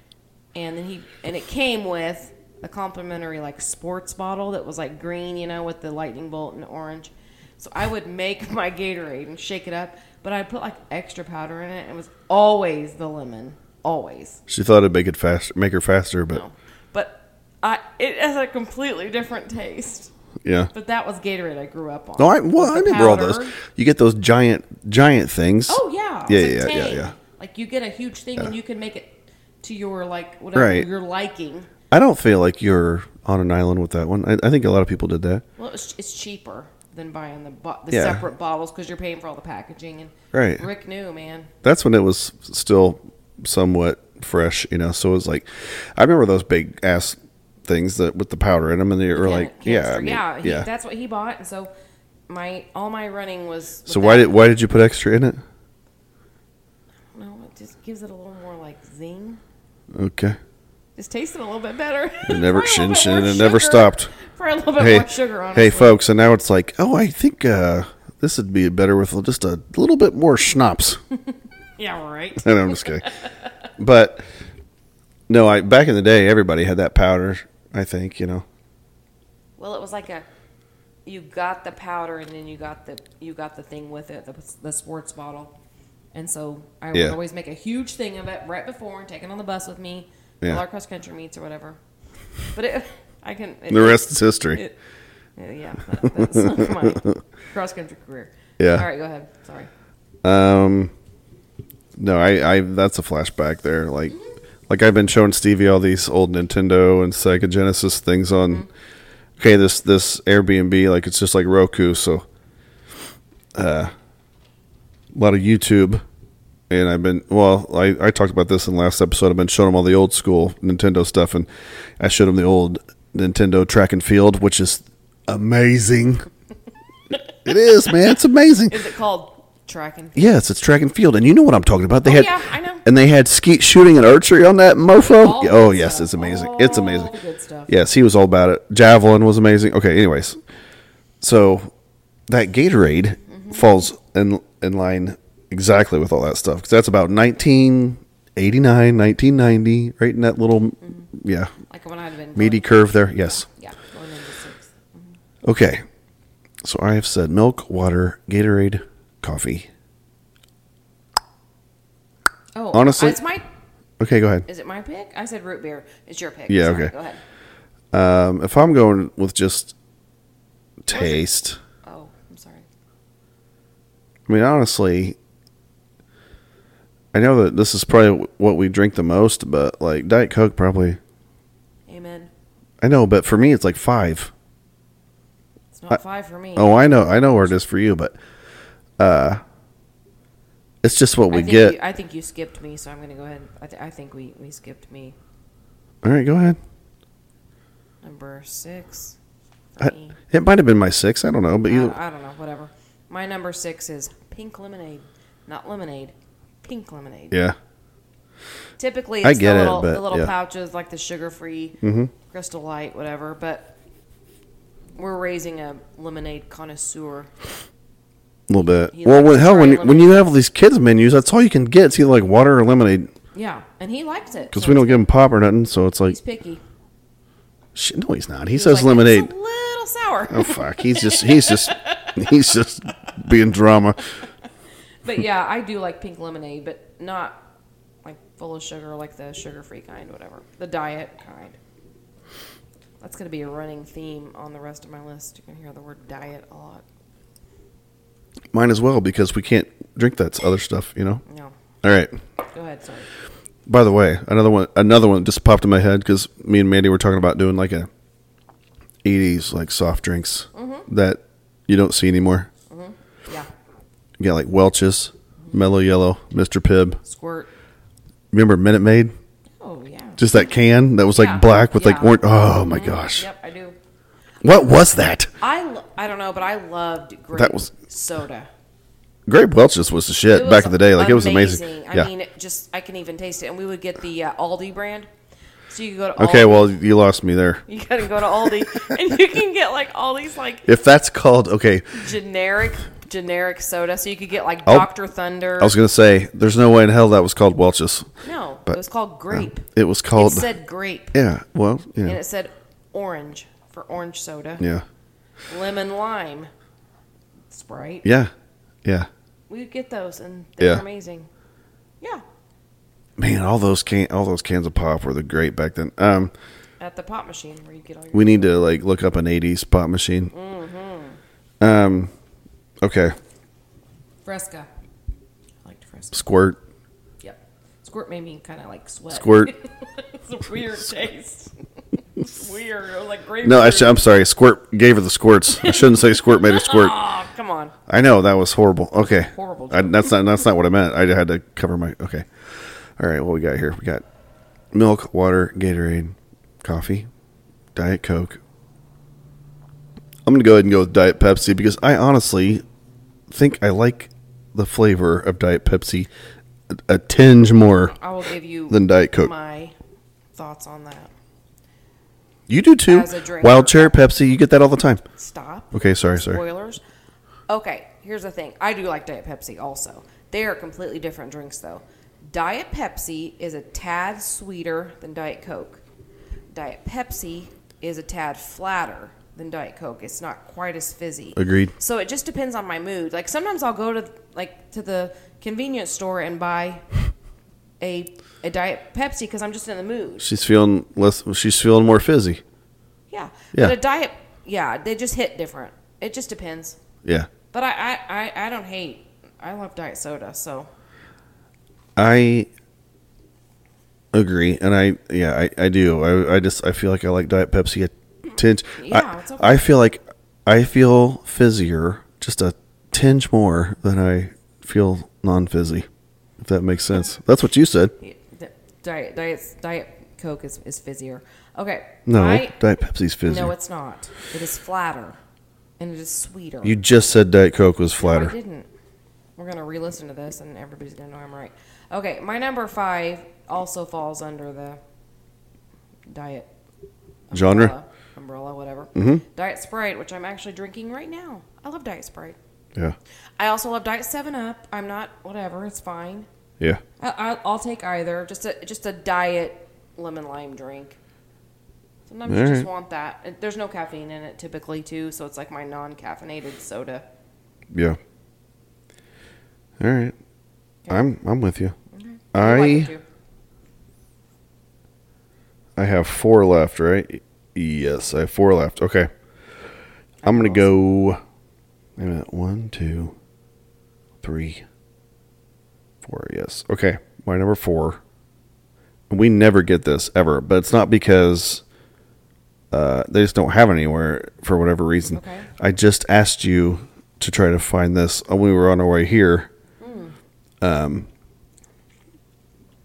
Speaker 2: and then he and it came with a complimentary like sports bottle that was like green, you know, with the lightning bolt and orange. So I would make my Gatorade and shake it up, but I put like extra powder in it. And it was always the lemon, always.
Speaker 1: She thought it'd make it fast, make her faster, but
Speaker 2: No. But I it has a completely different taste.
Speaker 1: yeah.
Speaker 2: But that was Gatorade I grew up on.
Speaker 1: No, I well,
Speaker 2: Was
Speaker 1: I
Speaker 2: the
Speaker 1: remember all those.
Speaker 2: powder.
Speaker 1: You get those giant, giant things.
Speaker 2: Oh yeah.
Speaker 1: Yeah,
Speaker 2: It's
Speaker 1: yeah,
Speaker 2: a
Speaker 1: yeah,
Speaker 2: tank.
Speaker 1: yeah.
Speaker 2: Like you get a huge thing and you can make it to your like whatever
Speaker 1: Right.
Speaker 2: your liking.
Speaker 1: I don't feel like you're on an island with that one. I, I think a lot of people did that.
Speaker 2: Well, it's, it's cheaper than buying the bo- the
Speaker 1: Yeah.
Speaker 2: separate bottles because you're paying for all the packaging and
Speaker 1: Right.
Speaker 2: Rick knew, man.
Speaker 1: That's when it was still somewhat fresh, you know. So it was like, I remember those big ass things that with the powder in them, and they were
Speaker 2: Can-
Speaker 1: like, yeah, I
Speaker 2: canister.
Speaker 1: mean,
Speaker 2: yeah, he,
Speaker 1: yeah.
Speaker 2: That's what he bought, and so my all my running was. with
Speaker 1: So why
Speaker 2: that.
Speaker 1: did why did you put extra in it?
Speaker 2: No, it just gives it a little more like zing.
Speaker 1: Okay,
Speaker 2: Just tasted a little bit better.
Speaker 1: it never
Speaker 2: Probably a little
Speaker 1: and,
Speaker 2: bit
Speaker 1: and
Speaker 2: more
Speaker 1: it never
Speaker 2: sugar.
Speaker 1: stopped.
Speaker 2: Probably a little bit
Speaker 1: hey,
Speaker 2: more sugar on
Speaker 1: hey, folks, and now it's like, oh, I think uh, this would be better with just a little bit more schnapps.
Speaker 2: Yeah, right.
Speaker 1: I know, I'm just kidding. But no, I back in the day, everybody had that powder. I think you know.
Speaker 2: Well, it was like a you got the powder and then you got the you got the thing with it, the, the sports bottle. And so I
Speaker 1: Yeah.
Speaker 2: would always make a huge thing of it right before and take it on the bus with me,
Speaker 1: Yeah.
Speaker 2: all our cross country meets or whatever. But it, I can it,
Speaker 1: The rest is history.
Speaker 2: It, uh, yeah, that, that's my cross country career.
Speaker 1: Yeah.
Speaker 2: All right, go ahead. Sorry.
Speaker 1: Um, no, I, I that's a flashback there. Like, like I've been showing Stevie all these old Nintendo and Sega Genesis things on. Okay, this this Airbnb like it's just like Roku, so uh, a lot of YouTube. And I've been well. I, I talked about this in the last episode. I've been showing them all the old school Nintendo stuff, and I showed them the old Nintendo track and field, which is amazing. it is, man. It's amazing.
Speaker 2: Is it called track and
Speaker 1: Yes, it's track and field, and you know what I'm talking about. They
Speaker 2: Oh,
Speaker 1: had,
Speaker 2: yeah, I know.
Speaker 1: and they had skeet shooting and archery on that mofo.
Speaker 2: All
Speaker 1: Yeah, oh
Speaker 2: good
Speaker 1: yes,
Speaker 2: stuff.
Speaker 1: it's amazing. it's
Speaker 2: All
Speaker 1: amazing.
Speaker 2: the good stuff.
Speaker 1: Yes, he was all about it. Javelin was amazing. Okay, anyways, so that Gatorade
Speaker 2: Mm-hmm.
Speaker 1: falls in in line exactly with all that stuff because that's about 1989, 1990, right in that little
Speaker 2: Mm-hmm.
Speaker 1: yeah
Speaker 2: like when I'd been
Speaker 1: meaty curve there. Yes.
Speaker 2: Yeah, going into sixth.
Speaker 1: Okay. So I have said milk, water, Gatorade, coffee.
Speaker 2: Oh,
Speaker 1: Honestly-
Speaker 2: it's my.
Speaker 1: Okay, go ahead.
Speaker 2: Is it my pick? I said root beer. It's your pick.
Speaker 1: Yeah,
Speaker 2: Sorry,
Speaker 1: okay.
Speaker 2: Go ahead.
Speaker 1: Um, if I'm going with just taste,
Speaker 2: Oh, I'm sorry.
Speaker 1: I mean, honestly, I know that this is probably what we drink the most, but like Diet Coke, probably.
Speaker 2: Amen.
Speaker 1: I know, but for me, it's like five.
Speaker 2: It's not five for me.
Speaker 1: Oh, I know, I know where it is for you, but uh, it's just what
Speaker 2: I
Speaker 1: we
Speaker 2: think
Speaker 1: get.
Speaker 2: You, I think you skipped me, so I'm going to go ahead. I, th- I think we, we skipped me.
Speaker 1: All right, go ahead.
Speaker 2: Number six. For
Speaker 1: I,
Speaker 2: me.
Speaker 1: it might have been my six. I don't know, but
Speaker 2: I,
Speaker 1: you.
Speaker 2: I don't know. Whatever. My number six is pink lemonade, not lemonade. Pink lemonade.
Speaker 1: Yeah.
Speaker 2: Typically, it's
Speaker 1: I get
Speaker 2: the
Speaker 1: it,
Speaker 2: little,
Speaker 1: but,
Speaker 2: the little
Speaker 1: yeah. Mm-hmm.
Speaker 2: pouches like the sugar-free, Crystal Light, whatever. But we're raising a lemonade connoisseur.
Speaker 1: A little bit.
Speaker 2: He
Speaker 1: well,
Speaker 2: likes
Speaker 1: when,
Speaker 2: to
Speaker 1: hell,
Speaker 2: try
Speaker 1: when you,
Speaker 2: lemonade.
Speaker 1: when you have all these kids menus, that's all you can get. It's either like water or lemonade
Speaker 2: Yeah, and he likes it
Speaker 1: because
Speaker 2: so
Speaker 1: we don't
Speaker 2: it's-
Speaker 1: give them pop or nothing. So it's like,
Speaker 2: He's picky.
Speaker 1: shit, no, he's not. He
Speaker 2: He's
Speaker 1: says
Speaker 2: like,
Speaker 1: lemonade.
Speaker 2: It's a little sour.
Speaker 1: Oh fuck! He's just he's just he's just being drama.
Speaker 2: But yeah, I do like pink lemonade, but not like full of sugar, like the sugar-free kind, whatever, the diet kind. That's going to be a running theme on the rest of my list. You can hear the word diet a lot.
Speaker 1: Might as well because we can't drink that other stuff, you know.
Speaker 2: No,
Speaker 1: All right.
Speaker 2: go ahead. Sorry.
Speaker 1: By the way, another one another one just popped in my head because me and Mandy were talking about doing like a '80s like soft drinks
Speaker 2: Mm-hmm.
Speaker 1: that you don't see anymore.
Speaker 2: Yeah,
Speaker 1: You got like Welch's, Mellow Yellow, Mister Pibb.
Speaker 2: squirt.
Speaker 1: Remember Minute Maid?
Speaker 2: Oh yeah.
Speaker 1: Just that can that was like
Speaker 2: Yeah.
Speaker 1: black with like
Speaker 2: Yeah. Mm-hmm.
Speaker 1: orange. Oh my gosh!
Speaker 2: Yep, I do.
Speaker 1: What was that?
Speaker 2: I, lo- I don't know, but I loved grape
Speaker 1: That was-
Speaker 2: soda.
Speaker 1: Grape Welch's was the shit
Speaker 2: It
Speaker 1: back
Speaker 2: was
Speaker 1: in the day. Like it was amazing.
Speaker 2: I mean, it just I can even taste it, and we would get the uh, Aldi brand. So you could go to Aldi.
Speaker 1: Okay, well, you lost me there.
Speaker 2: you gotta go to Aldi, and you can get like all these like
Speaker 1: If that's called okay,
Speaker 2: generic generic soda. So you could get like
Speaker 1: I'll-
Speaker 2: Dr Thunder.
Speaker 1: Oh. I was gonna say there's no way in hell that was called Welch's.
Speaker 2: no,
Speaker 1: but-
Speaker 2: it was called grape.
Speaker 1: It was called
Speaker 2: it said grape,
Speaker 1: yeah. Well,
Speaker 2: and
Speaker 1: yeah,
Speaker 2: it said orange for orange soda,
Speaker 1: yeah,
Speaker 2: lemon lime, Sprite.
Speaker 1: yeah, yeah.
Speaker 2: We would get those, and they were
Speaker 1: Yeah.
Speaker 2: amazing. Yeah,
Speaker 1: Man, all those can all those cans of pop were the great back then. Um,
Speaker 2: at the pop machine where you get all your.
Speaker 1: we need to like look up an '80s pop machine. Um, okay,
Speaker 2: Fresca. I liked Fresca.
Speaker 1: squirt.
Speaker 2: Yep. Squirt made me kind of like sweat.
Speaker 1: Squirt.
Speaker 2: it's a weird taste. It's weird. It was like grapefruit.
Speaker 1: No, actually, I'm sorry. Squirt gave her the squirts. I shouldn't say squirt made her squirt.
Speaker 2: Oh, come on.
Speaker 1: I know that was horrible. Okay,
Speaker 2: Horrible
Speaker 1: I, that's not that's not what I meant. I had to cover my okay. All right, what we got here? We got milk, water, Gatorade, coffee, Diet Coke. I'm gonna go ahead and go with Diet Pepsi because I honestly think I like the flavor of Diet Pepsi a, a tinge more.
Speaker 2: I will give you
Speaker 1: Then Diet Coke.
Speaker 2: my thoughts on that.
Speaker 1: You do too.
Speaker 2: As a drinker.
Speaker 1: Wild cherry Pepsi, you get that all the time.
Speaker 2: Stop.
Speaker 1: Okay, sorry, sorry.
Speaker 2: Spoilers. Okay, here's the thing. I do like Diet Pepsi also. They are completely different drinks though. Diet Pepsi is a tad sweeter than Diet Coke. Diet Pepsi is a tad flatter than Diet Coke. It's not quite as fizzy.
Speaker 1: Agreed.
Speaker 2: So it just depends on my mood. Like sometimes I'll go to like to the convenience store and buy a a diet Pepsi because I'm just in the mood.
Speaker 1: She's feeling less. She's feeling more fizzy.
Speaker 2: Yeah.
Speaker 1: Yeah.
Speaker 2: But a diet, yeah, they just hit different. It just depends.
Speaker 1: Yeah.
Speaker 2: But I I, I, I don't hate. I love diet soda. So
Speaker 1: I agree, and I yeah, I, I do. I I just I feel like I like Diet Pepsi a tinge.
Speaker 2: Yeah,
Speaker 1: I,
Speaker 2: it's okay.
Speaker 1: I feel like I feel fizzier, just a tinge more than I feel non fizzy. If that makes sense. That's what you said.
Speaker 2: yeah, di- diet diet diet Coke is is fizzier. Okay.
Speaker 1: No,
Speaker 2: I-
Speaker 1: Diet Pepsi's fizzy.
Speaker 2: No, it's not. It is flatter, and it is sweeter.
Speaker 1: you just said Diet Coke was
Speaker 2: No, I
Speaker 1: flatter.
Speaker 2: didn't. We're gonna re-listen to this, and everybody's gonna know I'm right. Okay, my number five also falls under the diet
Speaker 1: Genre?
Speaker 2: umbrella, umbrella whatever. Mm-hmm. Diet Sprite, which I'm actually drinking right now. I love Diet Sprite.
Speaker 1: yeah.
Speaker 2: I also love Diet Seven Up. I'm not whatever. It's fine.
Speaker 1: Yeah.
Speaker 2: I, I'll, I'll take either. Just a just a diet lemon lime drink. Sometimes you just
Speaker 1: Alright.
Speaker 2: want that. And There's no caffeine in it typically too, so it's like my non-caffeinated soda.
Speaker 1: Yeah. All right. I'm I'm with you.
Speaker 2: I
Speaker 1: I
Speaker 2: like it, too.
Speaker 1: I have four left, right? Y- Yes, I have four left. Okay. I'm going to go. Wait a minute. One, two, three, four. Yes. Okay. My number four. We never get this ever, but it's not because uh, they just don't have it anywhere for whatever reason.
Speaker 2: Okay.
Speaker 1: I just asked you to try to find this when we were on our way here. Um,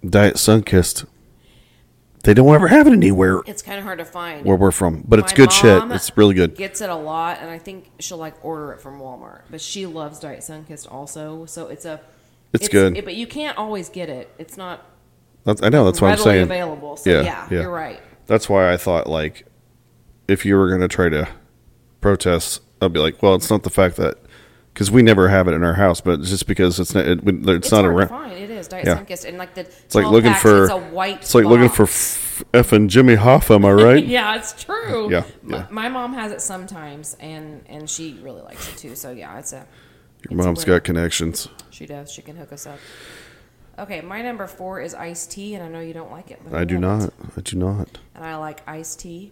Speaker 1: Diet Sunkist. They don't ever have it anywhere
Speaker 2: It's kind of hard to find.
Speaker 1: where we're from, but it's
Speaker 2: My
Speaker 1: good shit.
Speaker 2: mom
Speaker 1: It's really good.
Speaker 2: Gets it a lot, and I think she'll like order it from Walmart. But she loves Diet Sunkist also, so it's a.
Speaker 1: It's good.
Speaker 2: it- but you can't always get it. It's not
Speaker 1: That's, I know that's what I'm
Speaker 2: readily
Speaker 1: saying.
Speaker 2: available. So
Speaker 1: Yeah,
Speaker 2: yeah,
Speaker 1: yeah.
Speaker 2: you're right.
Speaker 1: That's why I thought like, if you were gonna try to protest, I'd be like, well, it's not the fact that because we never have it in our house, but it's just because it's not it, we- it's,
Speaker 2: It's,
Speaker 1: not
Speaker 2: hard
Speaker 1: around.
Speaker 2: to find. It is Diet
Speaker 1: Yeah.
Speaker 2: Sunkist, and like the
Speaker 1: It's like looking for
Speaker 2: It's a white.
Speaker 1: It's like looking for
Speaker 2: box.
Speaker 1: f- effing Jimmy Hoffa. Am I right?
Speaker 2: yeah, it's true.
Speaker 1: Yeah,
Speaker 2: My,
Speaker 1: yeah.
Speaker 2: my mom has it sometimes, and and she really likes it too. So yeah, it's
Speaker 1: Your
Speaker 2: a. it's a
Speaker 1: mom's
Speaker 2: winner.
Speaker 1: got connections.
Speaker 2: She does. She can hook us up. Okay, my number four is iced tea, and I know you don't like it. But
Speaker 1: I do
Speaker 2: love it.
Speaker 1: not. I do not.
Speaker 2: and I like iced tea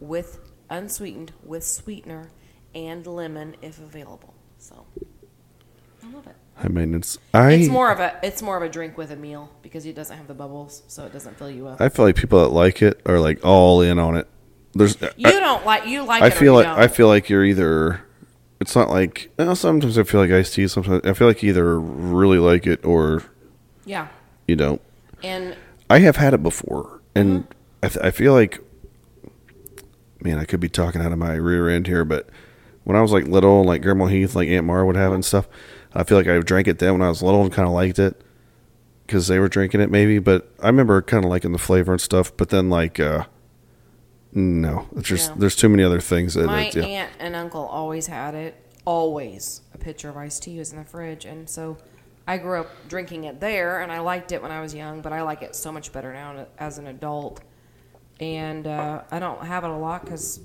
Speaker 2: with unsweetened with sweetener and lemon if available. So I love it.
Speaker 1: High maintenance. I
Speaker 2: It's more of a it's more of a drink with a meal because it doesn't have the bubbles, so it doesn't fill you up.
Speaker 1: I feel like people that like it are like all in on it. There's
Speaker 2: you don't like you like.
Speaker 1: I
Speaker 2: it
Speaker 1: feel
Speaker 2: or
Speaker 1: like
Speaker 2: you
Speaker 1: I
Speaker 2: don't.
Speaker 1: feel like you're either. It's not like well, sometimes I feel like iced tea. Sometimes I feel like either really like it or
Speaker 2: yeah,
Speaker 1: you don't.
Speaker 2: and
Speaker 1: I have had it before, and I, th- I feel like, man, I could be talking out of my rear end here, but when I was like little, and like Grandma Heath, like Aunt Mara would have it and stuff, I feel like I drank it then when I was little and kind of liked it because they were drinking it maybe. But I remember kind of liking the flavor and stuff. But then like, uh no, it's just
Speaker 2: No.
Speaker 1: there's too many other things that
Speaker 2: my
Speaker 1: it, yeah.
Speaker 2: aunt and uncle always had it. Always a pitcher of iced tea was in the fridge, and so I grew up drinking it there, and I liked it when I was young, but I like it so much better now as an adult. And uh, I don't have it a lot because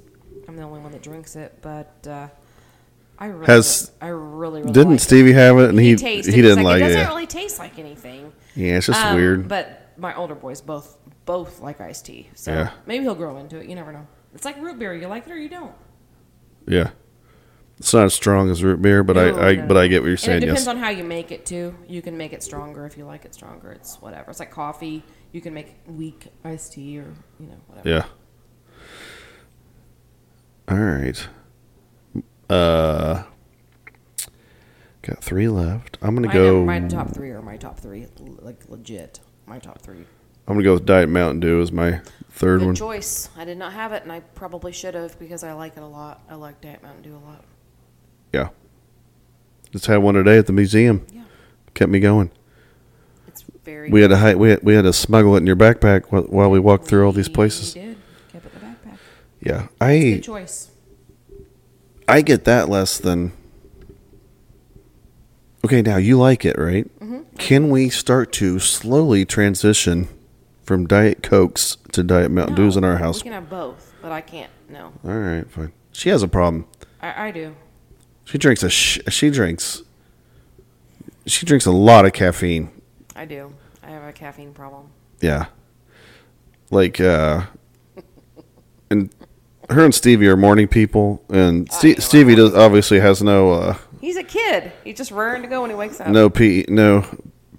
Speaker 2: I'm the only one that drinks it, but uh, I really,
Speaker 1: Has-
Speaker 2: I really, really
Speaker 1: Didn't
Speaker 2: like it.
Speaker 1: Stevie have it? And he he,
Speaker 2: tasted it. He's
Speaker 1: didn't like,
Speaker 2: it.
Speaker 1: it.
Speaker 2: Doesn't
Speaker 1: yeah.
Speaker 2: really taste like anything.
Speaker 1: yeah, it's just
Speaker 2: Um,
Speaker 1: weird.
Speaker 2: But my older boys both both like iced tea, so
Speaker 1: Yeah.
Speaker 2: maybe he'll grow into it. You never know. It's like root beer. You like it or you don't.
Speaker 1: yeah, it's not as strong as root beer, but
Speaker 2: No,
Speaker 1: I, I
Speaker 2: no,
Speaker 1: but
Speaker 2: no.
Speaker 1: I get what you're
Speaker 2: Oh, And
Speaker 1: saying.
Speaker 2: It depends
Speaker 1: Yes,
Speaker 2: on how you make it too. You can make it stronger if you like it stronger. It's whatever. It's like coffee. You can make weak iced tea or you know whatever.
Speaker 1: yeah. All right. Uh, got three left. I'm gonna
Speaker 2: My,
Speaker 1: go.
Speaker 2: num- my top three are my top three, l- like legit. My top three.
Speaker 1: I'm gonna go with Diet Mountain Dew as my third
Speaker 2: Good
Speaker 1: one.
Speaker 2: choice. I did not have it, and I probably should have because I like it a lot. I like Diet Mountain Dew a lot.
Speaker 1: yeah, just had one today at the museum.
Speaker 2: Yeah,
Speaker 1: Kept me going.
Speaker 2: it's very.
Speaker 1: We had to hide, we had, we had to smuggle it in your backpack wh- while we walked through all these
Speaker 2: We
Speaker 1: places.
Speaker 2: did. Kept it in the backpack.
Speaker 1: Yeah, I
Speaker 2: Good choice.
Speaker 1: I get that less than. Okay, now you like it, right?
Speaker 2: Mm-hmm.
Speaker 1: Can we start to slowly transition from Diet Cokes to Diet Mountain Dews in our
Speaker 2: We
Speaker 1: house?
Speaker 2: can have both, but I can't. No,
Speaker 1: All right, fine. She has a problem.
Speaker 2: I, I do.
Speaker 1: She drinks a sh- she drinks she drinks a lot of caffeine.
Speaker 2: I do. I have a caffeine problem.
Speaker 1: Yeah. Like uh and her and Stevie are morning people and Ste
Speaker 2: know.
Speaker 1: Stevie does obviously has no uh
Speaker 2: He's a kid. He's just raring to go when he wakes up.
Speaker 1: no P no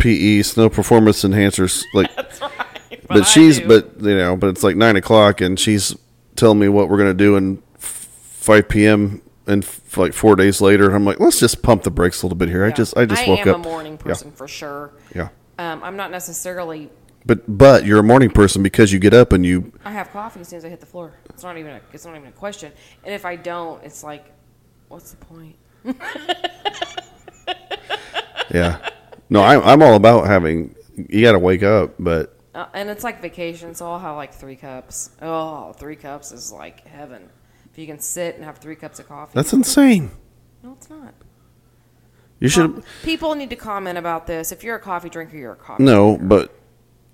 Speaker 1: PEs, no performance enhancers like
Speaker 2: That's right. But,
Speaker 1: but
Speaker 2: I
Speaker 1: she's
Speaker 2: do.
Speaker 1: but you know but it's like nine o'clock and she's telling me what we're gonna do in f- five p.m. and f- like four days later and I'm like let's just pump the brakes a little bit here. I
Speaker 2: Yeah.
Speaker 1: just I just woke
Speaker 2: am
Speaker 1: up
Speaker 2: a morning person for sure.
Speaker 1: Yeah,
Speaker 2: Um, I'm not necessarily.
Speaker 1: but but you're a morning person because you get up and you
Speaker 2: I have coffee as soon as I hit the floor. It's not even. A, it's not even a question. And if I don't, it's like, what's the point?
Speaker 1: yeah. No, I'm I'm all about having you got to wake up, but
Speaker 2: Uh, and it's like vacation, so I'll have like three cups. Oh, three cups is like heaven. If you can sit and have three cups of coffee.
Speaker 1: that's insane.
Speaker 2: no, it's not.
Speaker 1: You should
Speaker 2: Um, people need to comment about this. If you're a coffee drinker, you're a coffee.
Speaker 1: no, but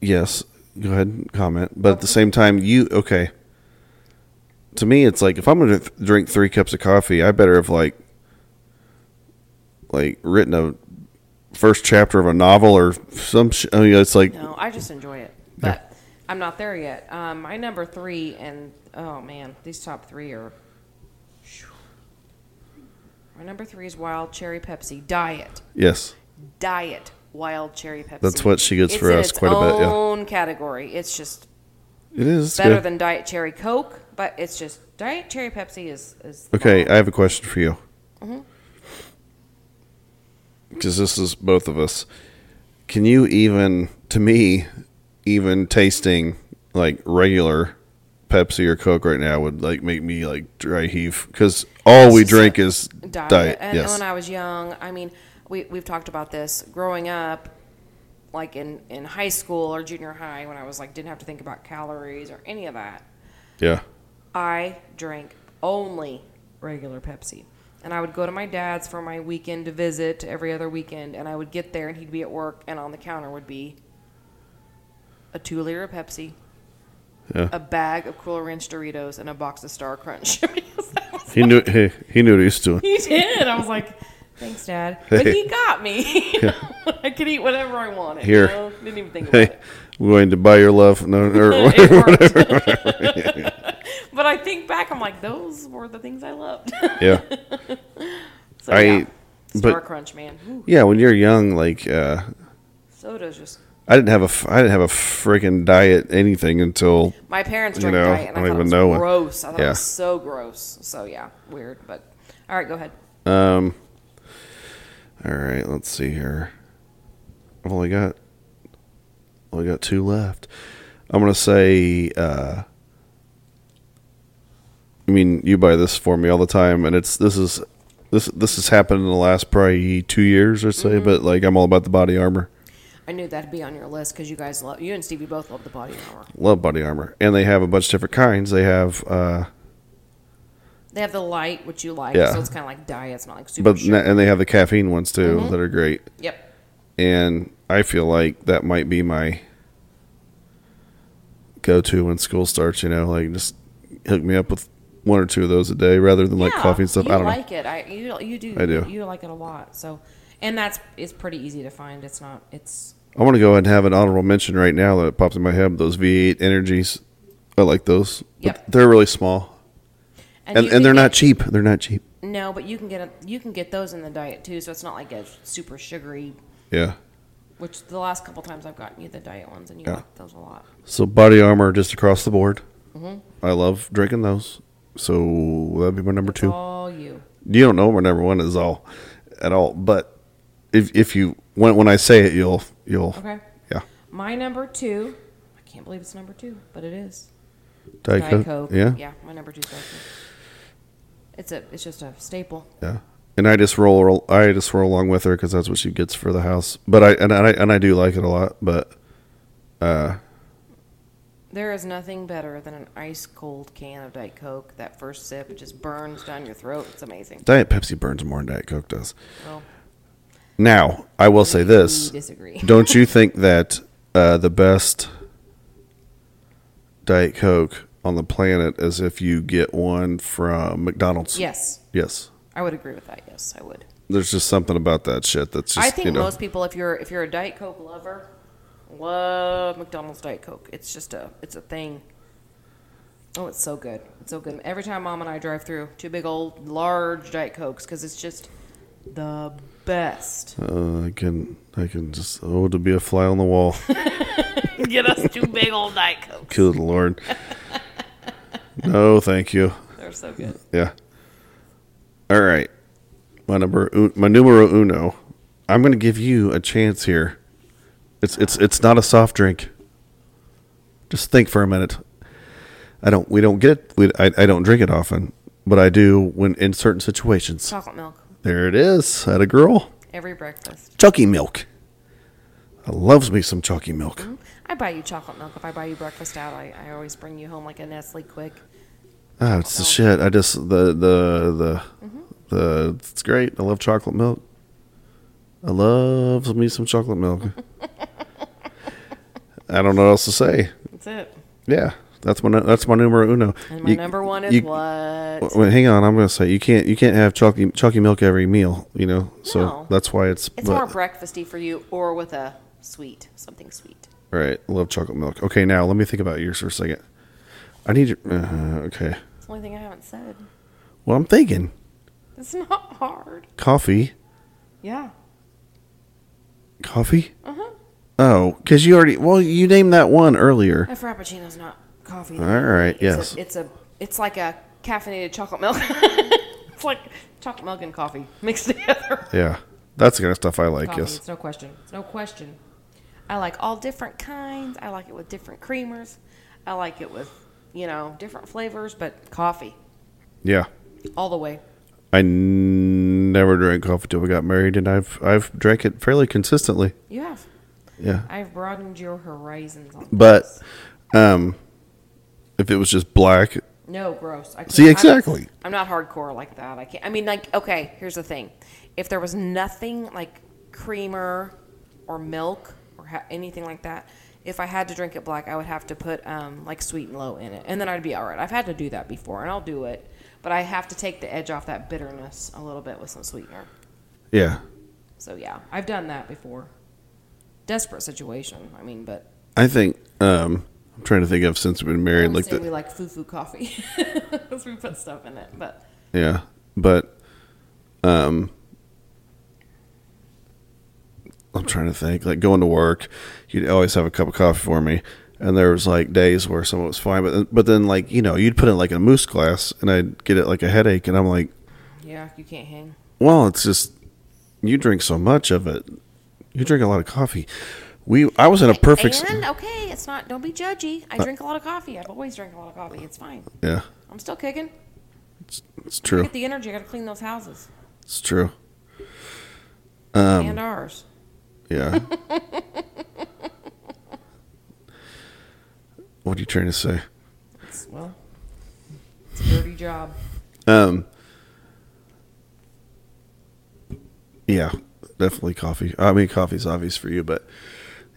Speaker 1: yes. Go ahead and comment, but at the same time, you okay. To me, it's like if I'm gonna th- drink three cups of coffee, I better have like like written a first chapter of a novel or some. Sh- I mean, it's like
Speaker 2: No, I just enjoy it, but I'm not there yet. Um, my number three, and oh man, these top three are. My number three is wild cherry Pepsi diet.
Speaker 1: yes,
Speaker 2: Diet wild cherry Pepsi.
Speaker 1: That's what she gets
Speaker 2: It's
Speaker 1: for
Speaker 2: in
Speaker 1: us
Speaker 2: its
Speaker 1: quite a bit, yeah.
Speaker 2: Own category. It's just
Speaker 1: it is it's
Speaker 2: better
Speaker 1: good.
Speaker 2: than diet cherry Coke, but it's just diet cherry Pepsi is is. the
Speaker 1: Okay,
Speaker 2: bomb.
Speaker 1: I have a question for you.
Speaker 2: Mm-hmm.
Speaker 1: Because this is both of us. Can you even, to me, even tasting like regular Pepsi or Coke right now would like make me like dry heave? Because all we
Speaker 2: It's just
Speaker 1: drink
Speaker 2: a
Speaker 1: is
Speaker 2: diet.
Speaker 1: diet.
Speaker 2: And
Speaker 1: yes.
Speaker 2: when I was young, I mean, we we've talked about this growing up, like in in high school or junior high, when I was like didn't have to think about calories or any of that.
Speaker 1: yeah.
Speaker 2: I drank only regular Pepsi. And I would go to my dad's for my weekend to visit every other weekend, and I would get there, and he'd be at work, and on the counter would be a two liter of Pepsi,
Speaker 1: Yeah.
Speaker 2: a bag of Cool Ranch Doritos, and a box of Star Crunch. Because that was
Speaker 1: He knew he, he knew what he was doing.
Speaker 2: he did. I was like, thanks, Dad. But he got me. I could eat whatever I wanted.
Speaker 1: Here.
Speaker 2: You know? Didn't even think about
Speaker 1: Hey,
Speaker 2: it.
Speaker 1: I'm going to buy your love. No, or,
Speaker 2: It worked. but I think back, I'm like, those were the things I loved.
Speaker 1: yeah.
Speaker 2: so,
Speaker 1: I-
Speaker 2: yeah. Star
Speaker 1: but-
Speaker 2: Crunch, man. Ooh,
Speaker 1: Yeah, when you're young, like, uh,
Speaker 2: soda's just.
Speaker 1: I didn't have a, f- I didn't have a freaking diet anything until
Speaker 2: My parents
Speaker 1: You
Speaker 2: drank
Speaker 1: know,
Speaker 2: diet, and I,
Speaker 1: I don't
Speaker 2: thought it
Speaker 1: even
Speaker 2: was
Speaker 1: know it.
Speaker 2: gross. I thought
Speaker 1: Yeah.
Speaker 2: it was so gross. So, yeah, weird. But, all right, go ahead.
Speaker 1: Um. All right, let's see here. I've only got only got two left. I'm gonna say. Uh, I mean, you buy this for me all the time, and it's this is this this has happened in the last probably two years or so. But like, I'm all about the body armor.
Speaker 2: I knew that'd be on your list because you guys love, you and Stevie both love the body armor.
Speaker 1: Love body armor, and they have a bunch of different kinds. They have, uh,
Speaker 2: They have the light, which you like,
Speaker 1: Yeah.
Speaker 2: so it's kind of like diet. It's not like super.
Speaker 1: but
Speaker 2: sugar.
Speaker 1: and they have the caffeine ones too that are great.
Speaker 2: yep.
Speaker 1: and I feel like that might be my go-to when school starts. You know, like just hook me up with one or two of those a day, rather than like
Speaker 2: Yeah,
Speaker 1: coffee and stuff.
Speaker 2: You
Speaker 1: I don't know.
Speaker 2: like it. I you you do.
Speaker 1: I do.
Speaker 2: You, like it a lot. So, and that's it's pretty easy to find. It's not. It's
Speaker 1: I want to go ahead and have an honorable mention right now that pops in my head. Those V8 energies, I like those. But
Speaker 2: Yep.
Speaker 1: They're really small, and
Speaker 2: you
Speaker 1: and
Speaker 2: can
Speaker 1: they're
Speaker 2: get-
Speaker 1: not cheap. They're not cheap.
Speaker 2: No, but you can get a, you can get those in the diet too. So it's not like a super sugary.
Speaker 1: Yeah.
Speaker 2: Which the last couple times I've gotten you the diet ones, and you
Speaker 1: Yeah.
Speaker 2: like those a lot.
Speaker 1: So body armor just across the board.
Speaker 2: Mm-hmm.
Speaker 1: I love drinking those. So that'd be my number two.
Speaker 2: All you.
Speaker 1: you don't know where number one is all at all but if if you when when i say it you'll you'll
Speaker 2: Okay.
Speaker 1: yeah
Speaker 2: My number two. I can't believe it's number two, but it is.
Speaker 1: diet, coke, yeah
Speaker 2: Yeah. My number two. Diet Coke. It's a. It's just a staple.
Speaker 1: yeah. and i just roll, roll i just roll along with her because that's what she gets for the house but i and i and i do like it a lot but uh,
Speaker 2: There is nothing better than an ice cold can of Diet Coke. That first sip just burns down your throat. It's amazing.
Speaker 1: diet pepsi burns more than diet coke does
Speaker 2: Well,
Speaker 1: now i will say
Speaker 2: we
Speaker 1: this
Speaker 2: disagree.
Speaker 1: don't you think that uh, the best diet coke on the planet as if you get one from McDonald's.
Speaker 2: Yes,
Speaker 1: Yes.
Speaker 2: I would agree with that. Yes, I would.
Speaker 1: There's just something about that shit that's just
Speaker 2: I think
Speaker 1: you know
Speaker 2: most people, if you're if you're a Diet Coke lover, love McDonald's Diet Coke. It's just a it's a thing. Oh, it's so good. It's so good. Every time Mom and I drive through, two big old large Diet Cokes because it's just the best.
Speaker 1: uh, I can I can just oh to be a fly on the wall.
Speaker 2: Get us two big old Diet Cokes.
Speaker 1: Good lord. no, thank you.
Speaker 2: They're so good.
Speaker 1: Yeah. All right. My number un- my numero uno. I'm going to give you a chance here. It's it's it's not a soft drink. Just think for a minute. I don't we don't get we I, I don't drink it often, but I do when in certain situations.
Speaker 2: Chocolate milk
Speaker 1: There it is. Had a girl.
Speaker 2: every breakfast.
Speaker 1: Chucky milk. I loves me some Chucky milk.
Speaker 2: I buy you chocolate milk if I buy you breakfast out. I, I always bring you home like a Nestle Quick.
Speaker 1: Oh, it's the shit. I just the the the
Speaker 2: Mm-hmm.
Speaker 1: the it's great. I love chocolate milk. I love me some chocolate milk. I don't know what else to say.
Speaker 2: That's it.
Speaker 1: Yeah, that's my that's my numero uno.
Speaker 2: And my
Speaker 1: You-
Speaker 2: number one is
Speaker 1: you-
Speaker 2: what?
Speaker 1: Wait, hang on, I'm gonna say you can't you can't have chalky chalky milk every meal. You know, so
Speaker 2: No.
Speaker 1: that's why it's
Speaker 2: It's
Speaker 1: but-
Speaker 2: more breakfasty for you, or with a sweet, something sweet.
Speaker 1: right. I love chocolate milk. Okay, now let me think about yours for a second. I need your uh, okay.
Speaker 2: It's the only thing I haven't said.
Speaker 1: Well, I'm thinking
Speaker 2: It's not hard.
Speaker 1: coffee,
Speaker 2: Yeah.
Speaker 1: coffee.
Speaker 2: Uh-huh.
Speaker 1: Oh, because you already well, you named that one earlier.
Speaker 2: A frappuccino's not coffee.
Speaker 1: All right,
Speaker 2: It's
Speaker 1: yes.
Speaker 2: A, it's a. It's like a caffeinated chocolate milk. it's like chocolate milk and coffee mixed together.
Speaker 1: Yeah, that's the kind of stuff I like.
Speaker 2: Coffee.
Speaker 1: Yes,
Speaker 2: It's no question. It's no question. I like all different kinds. I like it with different creamers. I like it with, you know, different flavors, but coffee
Speaker 1: yeah.
Speaker 2: all the way.
Speaker 1: I n- never drank coffee till we got married, and I've I've drank it fairly consistently.
Speaker 2: You have.
Speaker 1: Yeah,
Speaker 2: I've broadened your horizons on
Speaker 1: but
Speaker 2: this.
Speaker 1: um, if it was just black,
Speaker 2: No, gross. I can't,
Speaker 1: See,
Speaker 2: I'm-
Speaker 1: exactly.
Speaker 2: I'm, not hardcore like that. I can't. I mean, like, okay. Here's the thing: if there was nothing like creamer or milk or ha- anything like that, if I had to drink it black, I would have to put um, like sweet and low in it, and then I'd be all right. I've had to do that before, and I'll do it, but I have to take the edge off that bitterness a little bit with some sweetener.
Speaker 1: yeah,
Speaker 2: So yeah, I've done that before. Desperate situation. I mean, but
Speaker 1: I think um, I'm trying to think of since we've been
Speaker 2: I
Speaker 1: married, like
Speaker 2: understand
Speaker 1: the
Speaker 2: we like foo foo coffee 'Cause we put stuff in it, but.
Speaker 1: Yeah, but um, I'm trying to think. Like going to work, you'd always have a cup of coffee for me, and there was like days where someone was fine, but but then like you know you'd put it like in a moose glass, and I'd get it like a headache, and I'm like,
Speaker 2: Yeah, you can't hang.
Speaker 1: well, it's just you drink so much of it, you drink a lot of coffee. We I was in a perfect Uh,
Speaker 2: And okay, it's not. Don't be judgy. I drink a lot of coffee. I've always drank a lot of coffee. It's fine.
Speaker 1: yeah,
Speaker 2: I'm still kicking.
Speaker 1: it's true,
Speaker 2: Get the energy. I got to clean those houses
Speaker 1: it's true, Um,
Speaker 2: and ours.
Speaker 1: yeah. what are you trying to say?
Speaker 2: It's, well, it's a dirty job.
Speaker 1: Um. Yeah, definitely coffee. I mean, coffee's obvious for you, but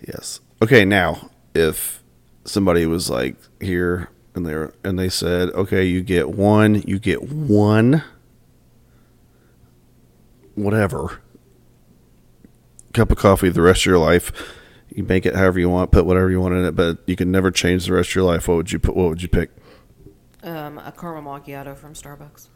Speaker 1: yes. Okay, now if somebody was like here and they were, and they said, "Okay, you get one, you get one, whatever cup of coffee the rest of your life." You make it however you want, put whatever you want in it, but you can never change the rest of your life. What would you put? What would you pick?
Speaker 2: Um, a caramel macchiato from Starbucks.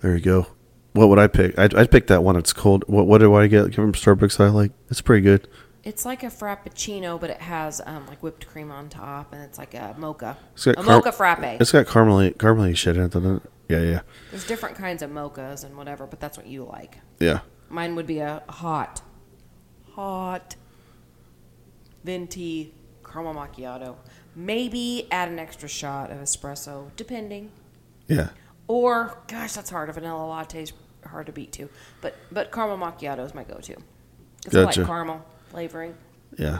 Speaker 1: There you go. What would I pick? I'd, I'd pick that one. It's cold. What what do I get from Starbucks? that I like. It's pretty good.
Speaker 2: It's like a frappuccino, but it has um, like whipped cream on top, and it's like a mocha.
Speaker 1: It's
Speaker 2: A
Speaker 1: got car-
Speaker 2: mocha frappe.
Speaker 1: It's got caramel caramel shit in it. doesn't it? Yeah, yeah,
Speaker 2: There's different kinds of mochas and whatever, but that's what you like.
Speaker 1: yeah.
Speaker 2: Mine would be a hot, hot venti caramel macchiato. Maybe add an extra shot of espresso, depending.
Speaker 1: Yeah.
Speaker 2: Or gosh, that's hard. A vanilla latte's hard to beat too. But but caramel macchiato is my go-to. Because I
Speaker 1: Gotcha.
Speaker 2: like caramel flavoring.
Speaker 1: Yeah.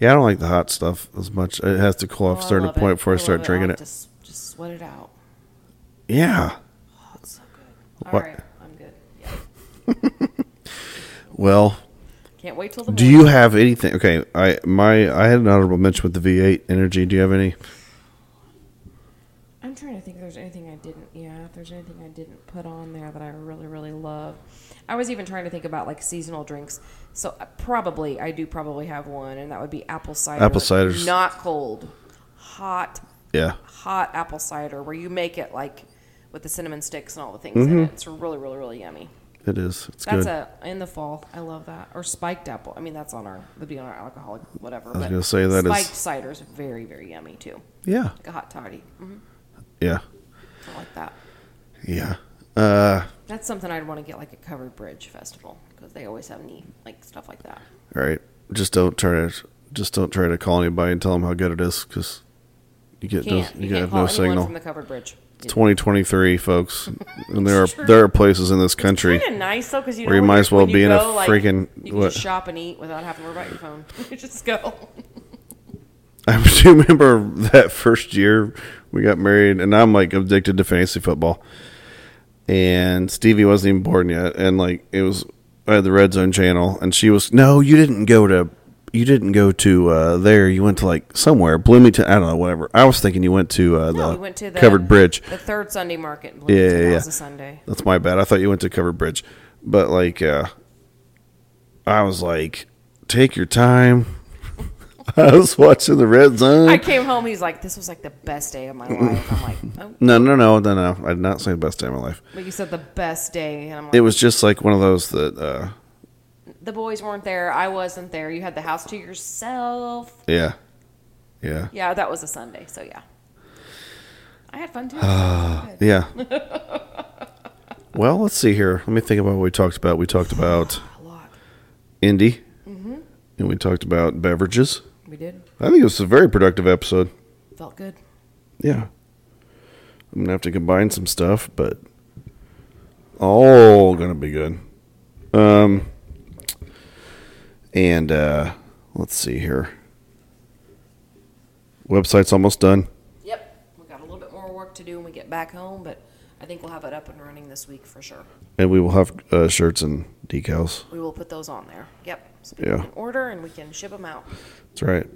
Speaker 1: Yeah, I don't like the hot stuff as much. It has to cool off
Speaker 2: Oh, I
Speaker 1: certain
Speaker 2: love
Speaker 1: point
Speaker 2: it.
Speaker 1: before I,
Speaker 2: love
Speaker 1: start
Speaker 2: it.
Speaker 1: drinking
Speaker 2: like
Speaker 1: it.
Speaker 2: to s- just sweat it out.
Speaker 1: Yeah.
Speaker 2: Oh, it's so good. All
Speaker 1: What-
Speaker 2: right, I'm good. Yeah.
Speaker 1: Well,
Speaker 2: Can't wait till the
Speaker 1: do
Speaker 2: morning.
Speaker 1: you have anything? Okay, I my I had an honorable mention with the V8 energy. Do you have any?
Speaker 2: trying to think if there's anything I didn't. Yeah, if there's anything I didn't put on there that I really, really love. I was even trying to think about like seasonal drinks. So uh, probably I do probably have one, and that would be apple cider.
Speaker 1: Apple cider's-
Speaker 2: not cold, hot,
Speaker 1: Yeah.
Speaker 2: hot apple cider where you make it like with the cinnamon sticks and all the things in it. It's really, really, really yummy.
Speaker 1: It is. It's Mm-hmm.
Speaker 2: That's
Speaker 1: good. I
Speaker 2: a in the fall. I love that. Or spiked apple. I mean, that's on our would be on our alcoholic whatever. I
Speaker 1: was gonna say that is-
Speaker 2: spiked cider is very very yummy too.
Speaker 1: yeah.
Speaker 2: Like a hot toddy. hmm
Speaker 1: Yeah.
Speaker 2: I like that.
Speaker 1: Yeah. Uh,
Speaker 2: That's something I'd want to get like a covered bridge festival because they always have neat like stuff like that.
Speaker 1: all right. Just don't try to. Just don't try to call anybody and tell them how good it is because you get no,
Speaker 2: Can't
Speaker 1: you,
Speaker 2: you,
Speaker 1: get
Speaker 2: can't call
Speaker 1: no
Speaker 2: anyone
Speaker 1: signal.
Speaker 2: from the covered bridge.
Speaker 1: It's 2023, folks, and there are
Speaker 2: It's true.
Speaker 1: there are places in this country.
Speaker 2: Kind of nice though because you
Speaker 1: Or
Speaker 2: know
Speaker 1: you
Speaker 2: when
Speaker 1: might
Speaker 2: you're-
Speaker 1: as well
Speaker 2: when you
Speaker 1: be in a
Speaker 2: go, like,
Speaker 1: freaking-
Speaker 2: you can
Speaker 1: what?
Speaker 2: just shop and eat without having to worry about your phone. You just go.
Speaker 1: I do remember that first year we got married, and I'm like addicted to fantasy football. And Stevie wasn't even born yet, and like it was, I had the Red Zone channel, and she was, no, you didn't go to, you didn't go to uh, there, you went to like somewhere, Bloomington, I don't know, whatever. I was thinking you went to uh,
Speaker 2: No,
Speaker 1: the,
Speaker 2: we went to the
Speaker 1: covered bridge.
Speaker 2: The third Sunday market. In
Speaker 1: Yeah, yeah,
Speaker 2: Bloomington. That
Speaker 1: yeah.
Speaker 2: was a Sunday.
Speaker 1: That's my bad. I thought you went to covered bridge, but like, uh, I was like, take your time. I was watching the Red Zone.
Speaker 2: I came home. He's like, "This was like the best day of my life." I'm like, "Oh,
Speaker 1: No, no, no, no, no. I did not say the best day of my life.
Speaker 2: but you said the best day," and I'm like,
Speaker 1: It was just like one of those that, uh,
Speaker 2: "The boys weren't there. I wasn't there. You had the house to yourself."
Speaker 1: yeah, yeah,
Speaker 2: Yeah, that was a Sunday. So yeah, I had fun too.
Speaker 1: Ah. yeah. well, let's see here. Let me think about what we talked about. We talked about
Speaker 2: a lot.
Speaker 1: indie, and we talked about beverages.
Speaker 2: We did.
Speaker 1: I think it was a very productive episode.
Speaker 2: Felt good.
Speaker 1: Yeah, I'm gonna have to combine some stuff, but all gonna be good. Um, and uh, let's see here. Website's almost done.
Speaker 2: Yep. We got a little bit more work to do when we get back home, but I think we'll have it up and running this week for sure.
Speaker 1: And we will have uh, shirts and decals.
Speaker 2: We will put those on there. Yep. So people
Speaker 1: Yeah.
Speaker 2: can order and we can ship them out.
Speaker 1: That's right.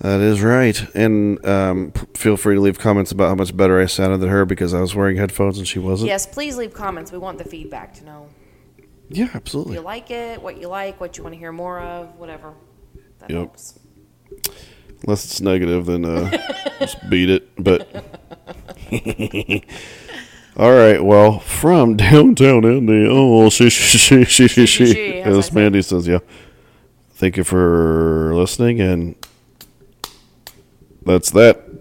Speaker 1: That is right. And um, p- feel free to leave comments about how much better I sounded than her because I was wearing headphones and she wasn't.
Speaker 2: Yes, please leave comments. We want the feedback to know
Speaker 1: Yeah,
Speaker 2: if
Speaker 1: absolutely.
Speaker 2: you like it, what you like, what you want to hear more of, whatever. That
Speaker 1: Yep.
Speaker 2: helps.
Speaker 1: Unless it's negative, then uh, just beat it. But all right, well, from downtown Indy, oh, she, she, she, she, she,
Speaker 2: she,
Speaker 1: she,
Speaker 2: she, as I
Speaker 1: as
Speaker 2: said.
Speaker 1: Mandy says, yeah. Thank you for listening, and that's that.